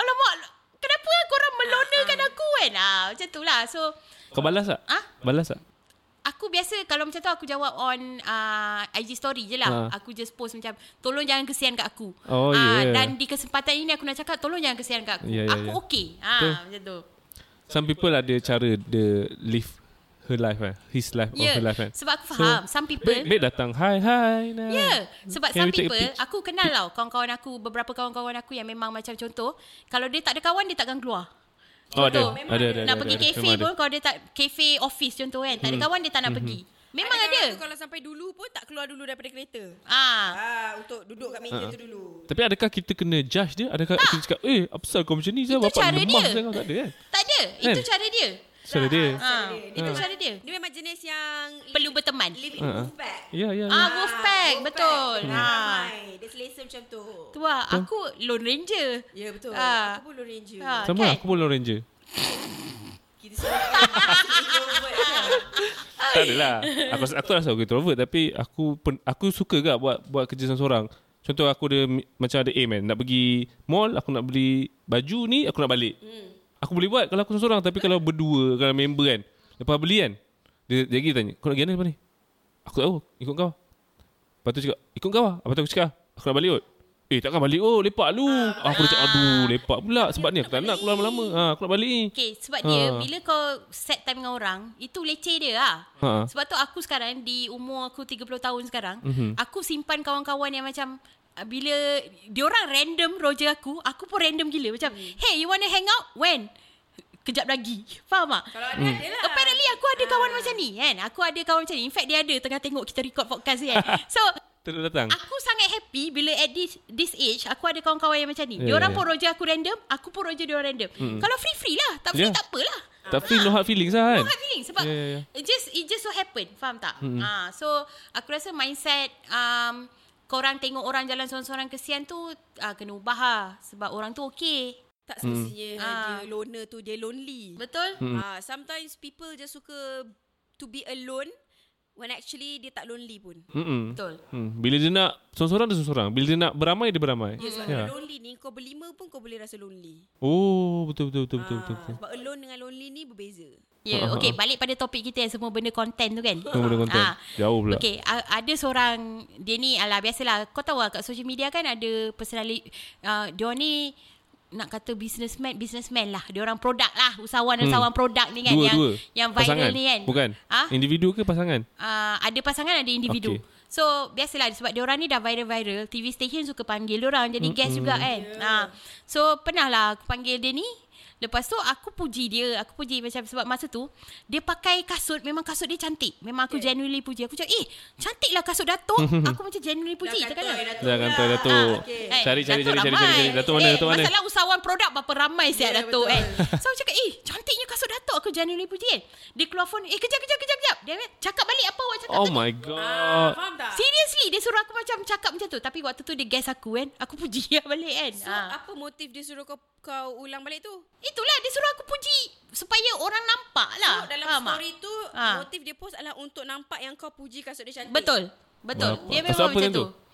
Alamak Kenapa lah korang melonakan aku kan ha, Macam tu lah So
Kau balas tak?
Ah?
Balas tak?
Aku biasa kalau macam tu aku jawab on uh, IG story je lah.
Ha.
Ha. Aku just post macam tolong jangan kesian kat aku.
Oh,
Ah,
yeah.
Dan di kesempatan ini aku nak cakap tolong jangan kesian kat aku.
Yeah, yeah,
aku
yeah.
okey. Ha,
Betul. Oh,
macam tu.
Some people ada cara dia live her life kan. His life or
Ya,
her life kan.
sebab aku faham so, some people
Baik, baik datang. Hi, hi. Nah.
Ya, yeah. sebab
Can
some
we take a
people
picture?
aku kenal tau kawan-kawan aku, beberapa kawan-kawan aku yang memang macam contoh, kalau dia tak ada kawan dia takkan keluar.
Oh, ada.
Contoh,
Ada, ada, ada.
nak
ada,
pergi
ada.
kafe
Memang ada. Hmm.
pun kalau dia tak kafe office contoh kan, tak ada kawan dia tak nak pergi. Memang ada.
orang tu Kalau sampai dulu pun tak keluar dulu daripada kereta.
Ah.
Ah, untuk duduk kat meja tu dulu.
Tapi adakah kita kena judge dia? Adakah kita cakap, eh, apa pasal kau macam ni? Itu
cara dia.
Kau tak ada kan?
Tak ada. Itu
Kan?
cara dia.
Cara dia.
Ha.
Ah.
Itu
Ha.
cara dia.
Dia memang jenis yang
Hmm. Perlu berteman.
live it,
Ah, ah.
move back.
Ya, ya, ya.
Ah, Wolfpack, betul. Ha.
Ramai. Dia selesa macam tu.
Tu lah, aku Lone Ranger.
Ya betul.
Ah.
Aku pun Lone Ranger.
Ah.
Sama
kan?
lah, aku pun Lone Ranger.
Kita semua introvert lah.
Tak adalah. Aku aku rasa aku introvert tapi aku pen, aku suka gak buat buat kerja seorang-seorang. Contoh aku ada mi- macam ada aim kan nak pergi mall, aku nak beli baju ni, aku nak balik. Hmm. Aku boleh buat kalau aku seorang tapi kalau berdua, kalau member kan. Lepas beli kan. Dia dia lagi tanya, "Kau nak pergi mana lepas ni?" Aku tahu, ikut kau. Lepas tu cakap, "Ikut kau lah." Lepas tu aku cakap, "Aku nak balik kot." Eh takkan balik oh lepak lu. Ah, aku dah cakap aduh lepak pula sebab ni aku tak nak keluar lama-lama. Ha aku nak balik ni.
Okay, sebab dia
Ha.
bila kau set time dengan orang, itu leceh dia lah.
Ha.
Sebab tu aku sekarang di umur aku 30 tahun sekarang,
Mhm.
aku simpan kawan-kawan yang macam ah, bila diorang random roja aku, aku pun random gila macam, "Hey, you want to hang out? When?" Kejap lagi. Faham tak?
Kalau ada
Hmm.
ada lah.
Apparently aku ada kawan macam ni kan. Aku ada kawan macam ni. In fact dia ada tengah tengok kita record podcast ni kan. So
Terus datang.
Aku sangat happy bila at this this age aku ada kawan-kawan yang macam
Yeah,
ni. Yeah, diorang
yeah.
pun roja aku random, aku pun roja diorang random. Hmm. Kalau free free lah, tak free
Yeah.
yeah. tak apalah.
Tak feel no hard feelings lah kan.
No hard feelings sebab
Yeah, yeah,
yeah, yeah. it just it just so happen open Faham tak hmm. ha, So aku rasa mindset um, Korang tengok orang jalan seorang-seorang kesian tu uh, Kena ubah lah Sebab orang tu okay
Tak semestinya hmm.
Ah.
dia loner tu dia lonely.
Betul?
Hmm. Uh, sometimes people just suka to be alone when actually dia tak lonely pun.
Mm-mm.
Betul
Hmm. Bila dia nak seorang-seorang dia seorang. Bila dia nak beramai dia beramai.
Hmm.
Ya sebab
Ya.
yeah. lonely ni kau berlima pun kau boleh rasa lonely.
Oh, betul betul betul betul
Ah,
betul. betul.
sebab alone dengan lonely ni berbeza.
Ya, yeah, okey balik pada topik kita yang semua benda konten tu kan.
Ha, Semua benda konten. Jauh pula.
Okey, a- ada seorang dia ni alah biasalah kau tahu lah kat social media kan ada personality uh, dia orang ni nak kata businessman businessman lah dia orang produk lah usahawan hmm. usahawan produk ni kan
dua
yang
dua.
yang viral
pasangan.
ni kan
Bukan.
ah
Individu ke pasangan?
uh, ada pasangan ada
Okey.
individu. Okay. So biasalah sebab dia orang ni dah viral-viral, TV station suka panggil dia orang jadi mm-hmm. guest juga kan.
Ya.
Yeah. Uh, so pernah lah aku panggil dia ni. Lepas tu aku puji dia, aku puji macam sebab masa tu dia pakai kasut, memang kasut dia cantik. Memang aku
Ya.
yeah. genuinely puji. Aku cakap, "Eh, cantiklah kasut Datuk." aku macam genuinely puji
Dah
tu
kantoi,
kan.
Datuk
Jangan
lah.
tahu Datuk.
Ah, okey.
Eh,
Cari cari
Datuk
cari cari
ramai.
cari cari. Datuk mana?
eh,
Datuk mana?
Masalah usahawan produk berapa ramai siap
Ya,
yeah, Datuk
betul.
kan. So aku cakap, "Eh, cantiknya kasut Datuk." Aku genuinely puji kan. Dia keluar phone, "Eh, kejap kejap kejap kejap." Dia cakap balik apa awak cakap
Oh
tadi?
my
Ah,
god.
faham tak?
Seriously Dia suruh aku macam Cakap macam tu Tapi waktu tu dia guess aku kan Aku puji dia balik kan
So
ha.
apa motif dia suruh kau kau ulang balik tu?
Itulah dia suruh aku puji Supaya orang nampak lah
So dalam
Faham tak?
story tu
Ah.
motif dia post adalah untuk nampak yang kau puji kasut dia cantik.
Betul Betul
Nampak.
Dia
Kasut
memang
apa
macam
time tu?
tu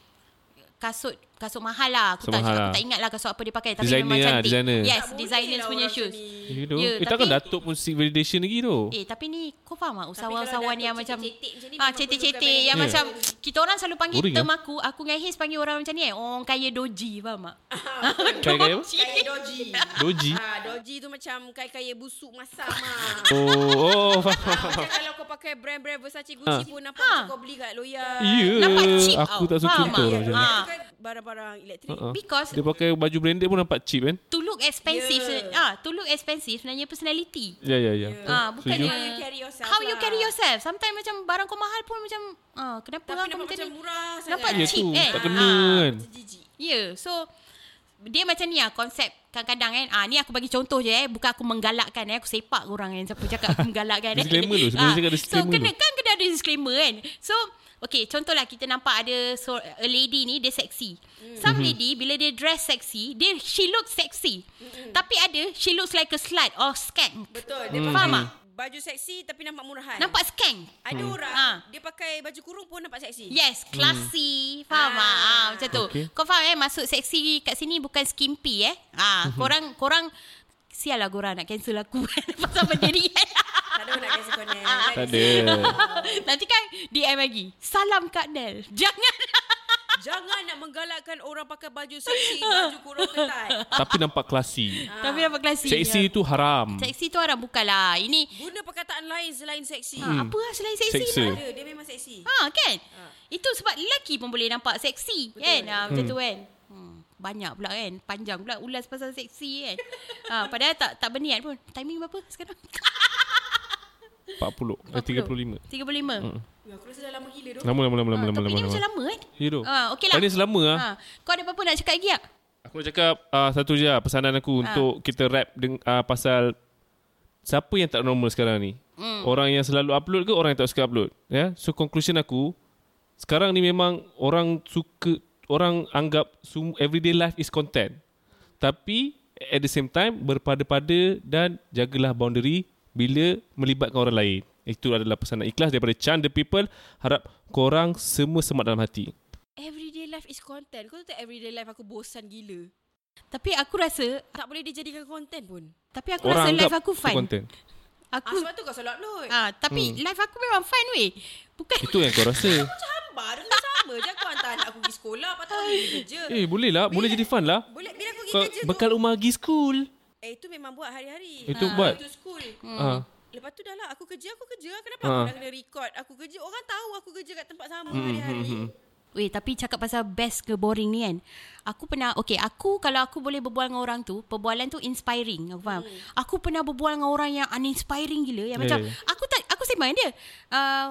Kasut Kasut mahal lah Aku
Kasut
tak,
mahal
aku
lah.
tak ingat lah Kasut apa dia pakai Tapi
Designer
memang
lah,
cantik
designer.
Yes
Tak boleh
designer
lah
punya
orang
shoes
macam ni.
You know,
Ya,
eh, takkan
tapi-
Datuk pun seek validation lagi tu.
Eh tapi ni kau faham tak
kalau
usahawan-usahawan
Datuk
yang macam
cetek-cetek macam ni
ah
memang
cetek-cetek
perlukan
yang
manager.
macam kita orang selalu panggil
Boring,
term
eh?
aku aku dengan Hiz panggil orang macam ni eh orang kaya doji faham tak?
Ah,
Kaya-kaya apa?
Kaya doji.
Doji.
Ah, doji tu macam kaya-kaya busuk masam ah.
Oh, oh
Ah,
faham.
Macam kalau kau pakai brand-brand Versace Gucci
Ah.
pun nampak
Ha.
macam kau beli kat Loya.
Ya,
Ah, Nampak cheap
aku
tau.
tak suka
Faham
betul
tak?
orang macam ni.
Ah.
Barang-barang elektrik.
Ah.
Because
Dia pakai baju branded pun nampak cheap kan?
to look expensive
Yeah.
yeah. ah to look expensive sebenarnya personality
Ya, ya, ya. Betul.
ah bukannya
Setuju.
How you carry yourself
how you
lah.
carry yourself sometimes macam barang kau mahal pun macam ah kenapa
Tapi
orang kau
nampak eh? macam
ni?
murah sangat.
Nampak
Ya
cheap
tu,
kan?
tak kena
Ah.
kan?
Jijik.
Ya, yeah, so dia macam ni lah konsep kadang-kadang kan. Ah ni aku bagi contoh je eh, bukan aku menggalakkan eh, aku sepak korang yang siapa cakap aku menggalakkan. eh.
Disclaimer dulu, sebelum cakap ada
So
disclaimer
kena
dulu.
kan kena ada disclaimer kan. So Okay, contohlah kita nampak ada so, a lady ni dia seksi. Some
Mhm.
lady bila dia dress seksi, dia she looks sexy. Tapi ada she looks like a slut or skank.
Betul. Dia
Hmm.
Faham
pakai
tak?
baju seksi tapi Hmm. nampak Hmm. murahan.
Nampak skank.
Ada orang
Ah.
dia pakai baju kurung pun nampak seksi.
Yes, classy. Hmm. Faham ah. ah macam tu.
Okay.
Okay. Kau faham eh masuk seksi kat sini bukan skimpy eh. Ah,
Mhm.
korang korang sial lah korang nak cancel aku eh, pasal benda ni kan.
Tak ada orang nak kasi connect.
Tak ada.
Nanti kan DM lagi. Salam Kak Nel. Jangan.
Jangan nak menggalakkan orang pakai baju seksi, baju kurung ketat.
Tapi nampak klasi.
Tapi apa classy? ya.
Seksi tu haram.
Seksi tu orang bukanlah. Ini
Guna perkataan lain selain seksi.
hmm. apa lah selain seksi?
Seksi.
Seksi.
Ada, dia memang seksi.
Ha kan? Itu sebab lelaki pun boleh nampak seksi Betul. kan? Ha, macam tu kan. Hmm, banyak pula kan. Panjang pula ulas pasal seksi kan. ha, padahal tak tak berniat pun. Timing berapa sekarang?
40 eh 35.
35. Hmm.
Ya, aku rasa dah lama gila tu.
Lama lama lama lama
ha,
lama
tapi
lama.
ni
lama.
macam lama kan?
Ya tu.
Ha, okey lah.
Ini selama ah.
Ha. Kau ada apa-apa nak cakap lagi tak?
Aku nak cakap uh, satu je lah pesanan aku
Ah.
untuk kita rap deng- uh, pasal siapa yang tak normal sekarang ni. Mm.
Hmm.
Orang yang selalu upload ke orang yang tak suka upload. Ya. So conclusion aku sekarang ni memang orang suka orang anggap sum- everyday life is content. Tapi at the same time berpada-pada dan jagalah boundary bila melibatkan orang lain. Itu adalah pesanan ikhlas daripada Chan the people. Harap korang semua semat dalam hati.
Everyday life is content. Kau tahu tak everyday life aku bosan gila.
Tapi aku rasa
Tak boleh dijadikan content pun.
tapi aku
orang
rasa
anggap
live aku
tu
fun.
content. Hmm.
Ah,
Aku
sebab tu kau selalu upload.
ha, tapi live aku memang fun weh. Bukan
Itu yang kau rasa.
Hambar dengan sama je Aku hantar anak aku pergi sekolah Lepas tu aku pergi kerja
Eh boleh lah Boleh jadi fun lah
Boleh bila aku pergi
Kau
kerja tu
Bekal umagi school
Eh itu memang buat hari-hari
Itu buat.
Itu school
hmm.
Lepas tu dah lah Aku kerja aku kerja Kenapa
Ha. Hmm,
aku dah kena record Aku kerja Orang tahu aku kerja kat tempat sama hari-hari
Weh tapi cakap pasal best ke boring ni kan Aku pernah Okay aku Kalau aku boleh berbual dengan orang tu Perbualan tu inspiring Aku faham hmm. Aku pernah berbual dengan orang yang Uninspiring gila
Ya,
Yang macam
ya, ya.
Aku tak Aku sembang dengan dia uh,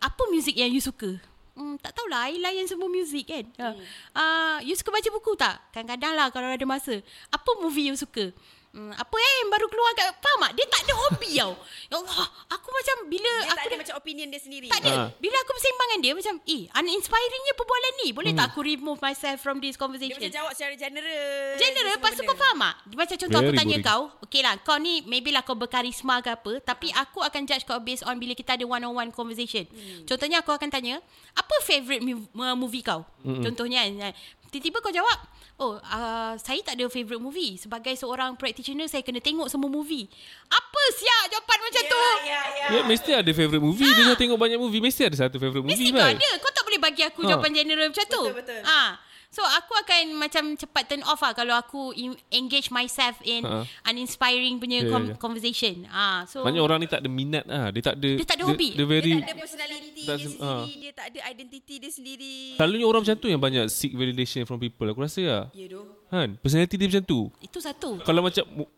Apa muzik yang you suka Hmm, tak tahulah I layan semua muzik kan hmm. uh, You suka baca buku tak? Kadang-kadang lah Kalau ada masa Apa movie you suka? Hmm, apa eh yang baru keluar kat Faham tak? Dia tak ada hobi tau Ya Allah Aku macam bila
Dia tak
aku
ada
dah,
macam opinion dia sendiri.
tak ada.
Ah.
Bila aku bersembang dengan dia macam, "Eh, uninspiringnya perbualan ni. Boleh
Hmm.
tak aku remove myself from this
Dia
conversation?"
macam jawab secara general.
General
je semua
Lepas tu
benda.
kau faham tak Macam contoh aku
Very
tanya
boring.
kau Okay lah Kau ni maybe lah kau berkarisma ke apa Tapi aku akan judge kau based on Bila kita ada one on one conversation
Hmm.
Contohnya aku akan tanya Apa favourite mu- uh, movie kau
Hmm.
Contohnya kan Tiba-tiba kau jawab Oh uh, saya tak ada favourite movie Sebagai seorang practitioner Saya kena tengok semua movie Apa siap jawapan macam
Ya,
tu
ya, ya.
Ya, mesti ada favourite movie. Dia dah tengok banyak movie. Mesti ada satu favourite
Ah. Mesti
movie, kan.
kau
Val.
ada Kau tak boleh bagi aku
Ha.
jawapan general macam tu
Betul, betul.
ha. So aku akan macam cepat turn off lah Kalau aku in- engage myself in
Ha.
Uninspiring punya
Ya, ya,
com-
ya.
conversation ha. So
Banyak orang ni tak ada minat ah. Dia tak ada
Dia tak ada hobi.
Dia very
Dia tak ada personality dia
Tak sem- ha.
sendiri. Dia tak ada identity dia sendiri.
Selalunya orang macam tu yang banyak seek validation from people. Aku rasa lah.
Ya doh.
Kan? Personality dia macam tu.
Itu satu Eh,
Kalau macam mu-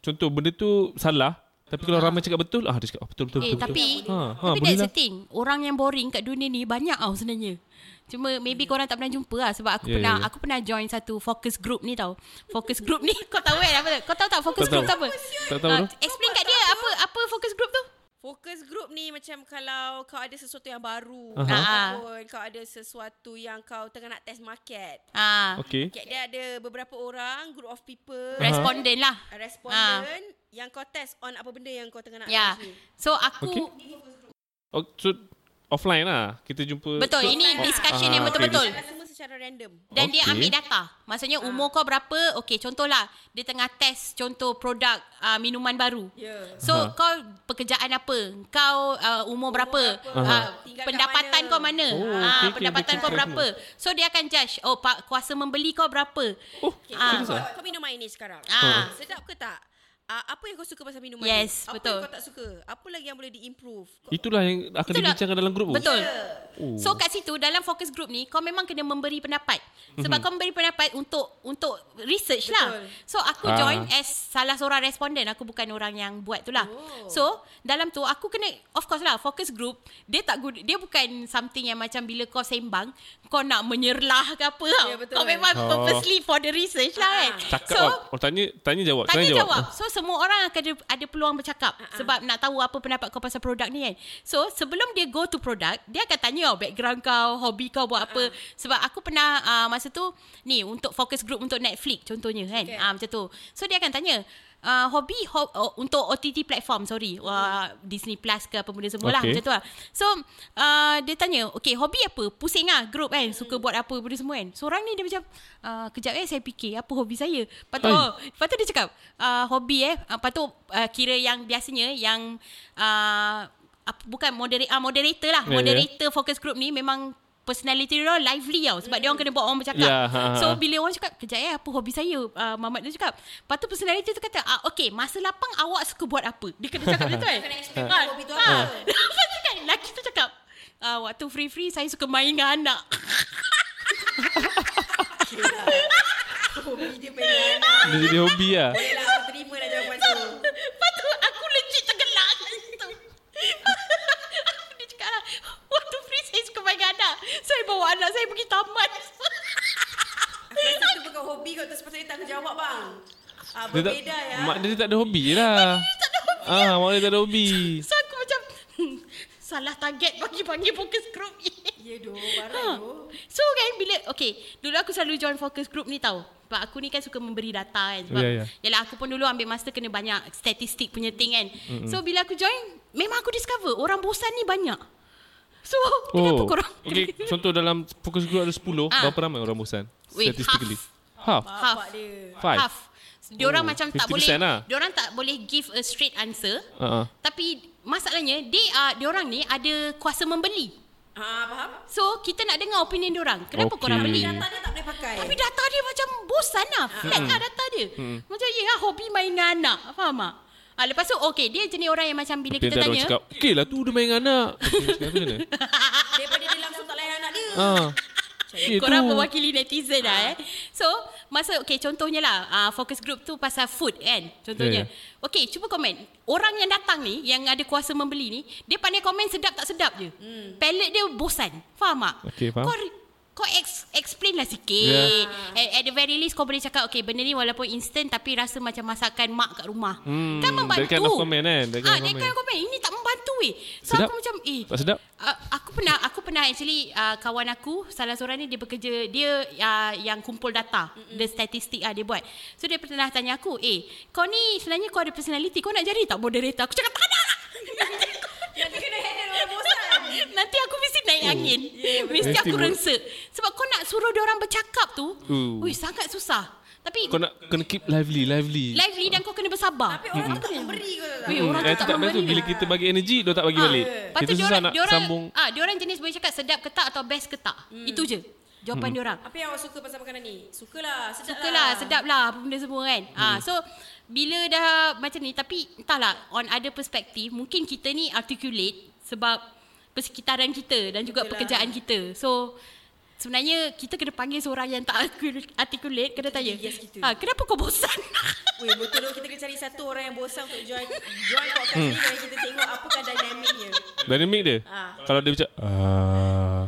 contoh benda tu salah, tapi kalau ramai cakap betul, ah dia cakap oh, betul betul
Eh
betul.
tapi
betul. Ha, ha, boleh
Tapi that's
lah.
the thing Orang yang boring kat dunia ni Banyak tau sebenarnya Cuma maybe korang tak pernah jumpa lah Sebab aku
Ya,
pernah
ya, ya.
Aku pernah join satu focus group ni tau Focus group ni Kau tahu kan apa tak? Kau tahu tak focus
Tak
group tu
tahu.
apa
Tak tahu
Ah,
tu.
Explain kat dia Apa apa focus group tu
Fokus group ni macam kalau kau ada sesuatu yang baru
Aha.
ataupun kau ada sesuatu yang kau tengah nak test market.
Ah,
Okey.
Okay, dia ada beberapa orang, group of people,
uh-huh.
Responden lah
responden yang kau test on apa benda yang kau tengah nak
Ya.
test ni.
So aku
Okey. Oh, so offline lah. Kita jumpa
betul
So-
ini
Offline lah.
discussion
Ah,
yang
okey,
betul-betul.
Jangan Semua secara random.
Dan dia
Okey.
ambil data. Maksudnya
Ah.
umur kau berapa? Okey, contohlah dia tengah test contoh produk uh, minuman baru.
Ya.
So
Ha.
kau pekerjaan apa? Kau uh, umur, berapa?
berapa?
Uh,
Tinggal kat
pendapatan
mana?
kau mana?
Oh,
Ah,
okey, okey,
pendapatan
okey,
kau
okey,
berapa? So dia akan judge, oh pak kuasa membeli kau berapa?
Oh,
Okay,
Ah.
kau,
serius ah?
kau minum air ni sekarang.
Ah.
Sedap ke tak? Ah, apa yang kau suka pasal minuman
Yes,
ni? Apa
betul.
yang kau tak suka? Apa lagi yang boleh diimprove? Kau,
Itulah yang akan
Itulah.
dibincangkan dalam grup tu.
Betul.
Ya.
Oh.
So kat situ dalam focus group ni kau memang kena memberi pendapat. Sebab
Mhm.
kau memberi pendapat untuk untuk research Betul. lah. So aku
Ah.
join as salah seorang responden. Aku bukan orang yang buat tu lah.
Oh.
So dalam tu aku kena of course lah focus group dia tak guna, dia bukan something yang macam bila kau sembang kau nak menyerlah ke apa tau.
Ya, betul. Ah.
kau memang
Oh.
purposely for the research lah kan.
Cakap
so
so, Orang tanya Tanya jawab
Tanya
Tanya
jawab. jawab. So semua orang akan ada, ada peluang bercakap uh-huh. sebab nak tahu apa pendapat kau pasal produk ni kan. So sebelum dia go to product, dia akan tanya oh, background kau, hobi kau buat uh-huh. apa. Sebab aku pernah uh, masa tu ni untuk focus group untuk Netflix contohnya kan. Okay.
Okay.
Uh, macam tu. So dia akan tanya Uh, hobi ho- oh, untuk OTT platform sorry uh, Disney Plus ke apa benda semua lah
Okay.
macam tu lah so uh, dia tanya okay hobi apa pusing lah group kan suka buat apa benda semua kan seorang ni dia macam uh, kejap eh saya fikir apa hobi saya lepas tu
Hai.
oh, Lepas tu dia cakap uh, hobi eh. Uh, lepas tu uh, kira yang biasanya yang uh, apa, bukan moderator ah, moderator lah.
Ya, ya.
moderator focus group ni memang personality dia orang lively tau sebab dia orang kena buat orang bercakap.
Ya, ha, ha,
so
ha.
bila orang cakap kejap eh apa hobi saya uh, Mamat tu cakap. Lepas tu personality tu kata ah okey masa lapang awak suka buat apa? Dia kena cakap macam tu kan.
Kena explain kau hobi tu apa.
Lepas tu kan lelaki tu Ah. cakap ah waktu free-free saya suka main dengan anak.
Hobi dia pengen.
Dia jadi hobi lah
Boleh lah, aku terima lah jawapan tu.
Lepas tu aku legit tergelak kat situ. dia cakap lah, waktu free saya suka main dengan anak. Saya bawa anak saya pergi taman.
Aku rasa tu bukan hobi kau, tu sepatutnya tanggungjawab bang. Ah,
dia tak,
berbeza ya.
Mak dia tak ada hobi je lah Ah, mak dia tak ada hobi
so aku macam, hmm, salah target bagi-bagi fokus group ni.
Ya doh, barang
Ha.
doh.
So kan bila Okay Dulu aku selalu join focus group ni tau Sebab aku ni kan suka memberi data kan Sebab
Ya, ya.
yeah, yeah. Yalah aku pun dulu ambil master Kena banyak statistik punya thing kan mm-hmm. So bila aku join Memang aku discover Orang bosan ni banyak So kenapa korang
Oh, Okay Contoh dalam Fokus group ada 10
Ah.
Berapa ramai orang bosan
Weh,
Statistically Half, half.
half.
Bapak Ah, dia.
Five.
Half. Dia orang
Oh,
macam tak
50%
boleh
lah.
dia orang tak boleh give a straight answer.
Uh-huh.
Tapi masalahnya dia uh, dia orang ni ada kuasa membeli.
Ah, faham?
So kita nak dengar opinion dia orang. Kenapa okay.
Okey.
korang beli?
Data dia tak boleh pakai.
Tapi data dia macam bosan lah. Flat lah data dia. Macam ya yeah, hobi main dengan anak. Faham tak? Ah, lepas tu okay dia jenis orang yang macam bila
Tapi
kita
nanti orang
tanya.
cakap Okay lah tu dia main dengan anak Okay, Cakap macam mana
Daripada dia langsung tak layan anak dia.
Ah. Eh,
Korang
tu.
mewakili netizen lah eh. So, masa, okay, contohnya lah, uh, focus group tu pasal food kan,
Ya,
contohnya. Yeah. Okay, cuba komen. Orang yang datang ni, yang ada kuasa membeli ni, dia pandai komen sedap tak sedap je. Mm. Palate dia bosan. Faham tak?
Okey, faham.
Kau, re- kau ex, explain lah sikit.
Ya.
Yeah. At, at the very least, kau boleh cakap, okay, benda ni walaupun instant, tapi rasa macam masakan mak kat rumah. Mm, kan
that
membantu.
kind of comment kan, Hmm, that kind
Ah,
of
that
comment.
kind of comment. Ini tak membantu weh. So
Sedap.
aku macam eh
Tak sedap?
Uh, aku pernah aku pernah actually uh, kawan aku salah seorang ni dia bekerja dia uh, yang kumpul data mm-hmm. the statistik ah uh, dia buat so dia pernah tanya aku eh kau ni sebenarnya kau ada personality kau nak jadi tak moderator aku cakap tak ada lah."
Nanti kena handle orang bosan.
nanti aku mesti naik angin yeah, mesti
Mesti
aku
buat.
rengse sebab kau nak suruh dia orang bercakap tu
Ooh.
wih sangat susah tapi
Kau nak kena keep lively, lively.
lively dan kau kena bersabar
Tapi orang tu tak memberi kau tahu tak?
Weh, orang
Eh,
tu tak
tak best tu
memberi.
bila kita bagi energi, dia tak bagi balik.
Lepas
Kita
tu
susah
diorang,
nak
diorang,
sambung.
Ah, diorang jenis boleh cakap sedap ke tak atau best ke tak. Itu je.
Hmm.
Jawapan diorang.
Apa yang awak suka pasal makanan ni? Sukalah, sedap
Suka lah, sedap lah apa benda semua kan.
Hmm.
Ah, so bila dah macam ni tapi entahlah on other perspective mungkin kita ni articulate sebab persekitaran kita dan juga
Betul lah.
pekerjaan kita. So sebenarnya kita kena panggil seorang yang tak articul- articulate kena tanya.
Yes, kita.
Ah, kenapa kau bosan?
Weh, betul tu kita kena cari satu orang yang bosan untuk join join podcast ni
Hmm.
dan kita tengok apakah dinamiknya.
Dynamic dia.
Ah.
Kalau dia macam, ah,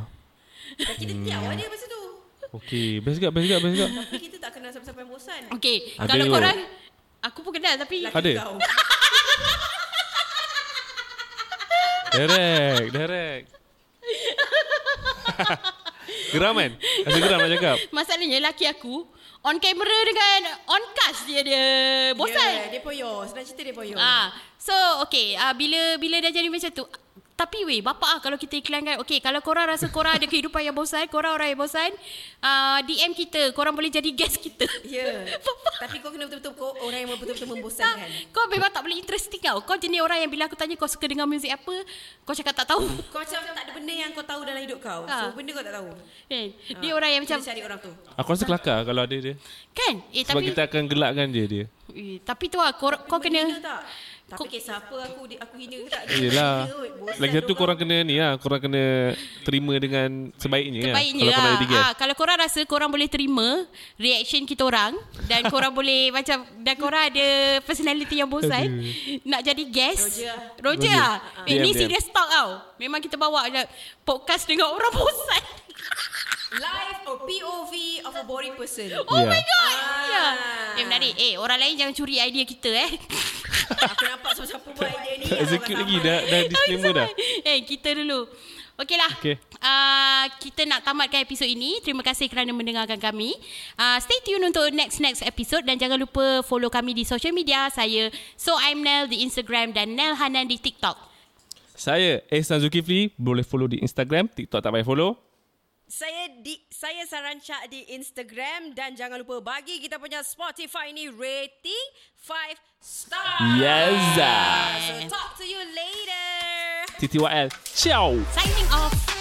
Dan kita
Hmm.
tiap awak dia masa tu.
okay, best gak, best gak, best gak.
Tapi kita tak kenal sampai-sampai bosan.
Okey,
Ada
kalau
kot.
korang aku pun kenal tapi
Laki
Ada?
kau.
Direct, direct. geram kan? Rasa geram nak cakap.
masalahnya laki aku on camera dengan on cast dia dia
Ya,
bosan.
dia poyo. Senang cerita dia poyo.
Ah, so okey, ah, bila bila dah jadi macam tu tapi weh bapa ah kalau kita iklankan okey kalau korang rasa korang ada kehidupan yang bosan korang orang yang bosan ah, DM kita korang boleh jadi guest kita
Ya. Tapi kau kena betul-betul kau orang yang betul-betul membosankan.
kau memang tak boleh interesting tau kau jenis orang yang bila aku tanya kau suka dengar muzik apa kau cakap tak tahu
Kau macam tak ada benda yang kau tahu dalam hidup kau.
Ah.
So benda kau tak tahu.
kan dia orang yang macam
Kita cari orang tu.
Aku rasa kelakar kalau ada dia.
kan eh
Sebab
tapi
kita akan gelakkan dia dia.
Eh, tapi tu lah, kau, kau
Hina
kena...
tak?
Kau-
Tapi kisah apa aku di- aku hina ke tak? Dia
Yelah.
hina, weh. Bosan
Lagi satu
duduk
korang kena ni lah. Korang kena terima dengan sebaiknya.
Baiknya
lah. Kalau korang
lah.
jadi guest.
Ah, kalau korang rasa korang boleh terima reaction kita orang dan korang boleh macam dan korang ada personality yang bosan nak jadi guest.
Roger.
Roger.
Roger. lah. Eh,
DM,
ni
DM.
serious talk tau. Memang kita bawa je podcast dengan orang bosan.
Life or POV of a boring person.
Oh
Yeah.
my god.
Ah.
Ya. Eh menarik. Eh orang lain jangan curi idea kita eh.
Aku nampak siapa-siapa buat idea ni.
Tak execute lagi. Dah, dah disclaimer dah.
Oh, Eh kita dulu. Okey lah.
Okey.
Uh, kita nak tamatkan episod ini. Terima kasih kerana mendengarkan kami. Uh, stay tune untuk next-next episod dan jangan lupa follow kami di social media. Saya So I'm Nel di Instagram dan Nel Hanan di TikTok.
Saya Ehsan Zulkifli. Boleh follow di Instagram. TikTok tak payah follow.
Saya di saya Sarancak di Instagram dan jangan lupa bagi kita punya Spotify ni rating 5 star.
Yes.
So talk to you later.
TTYL. Ciao.
Signing off.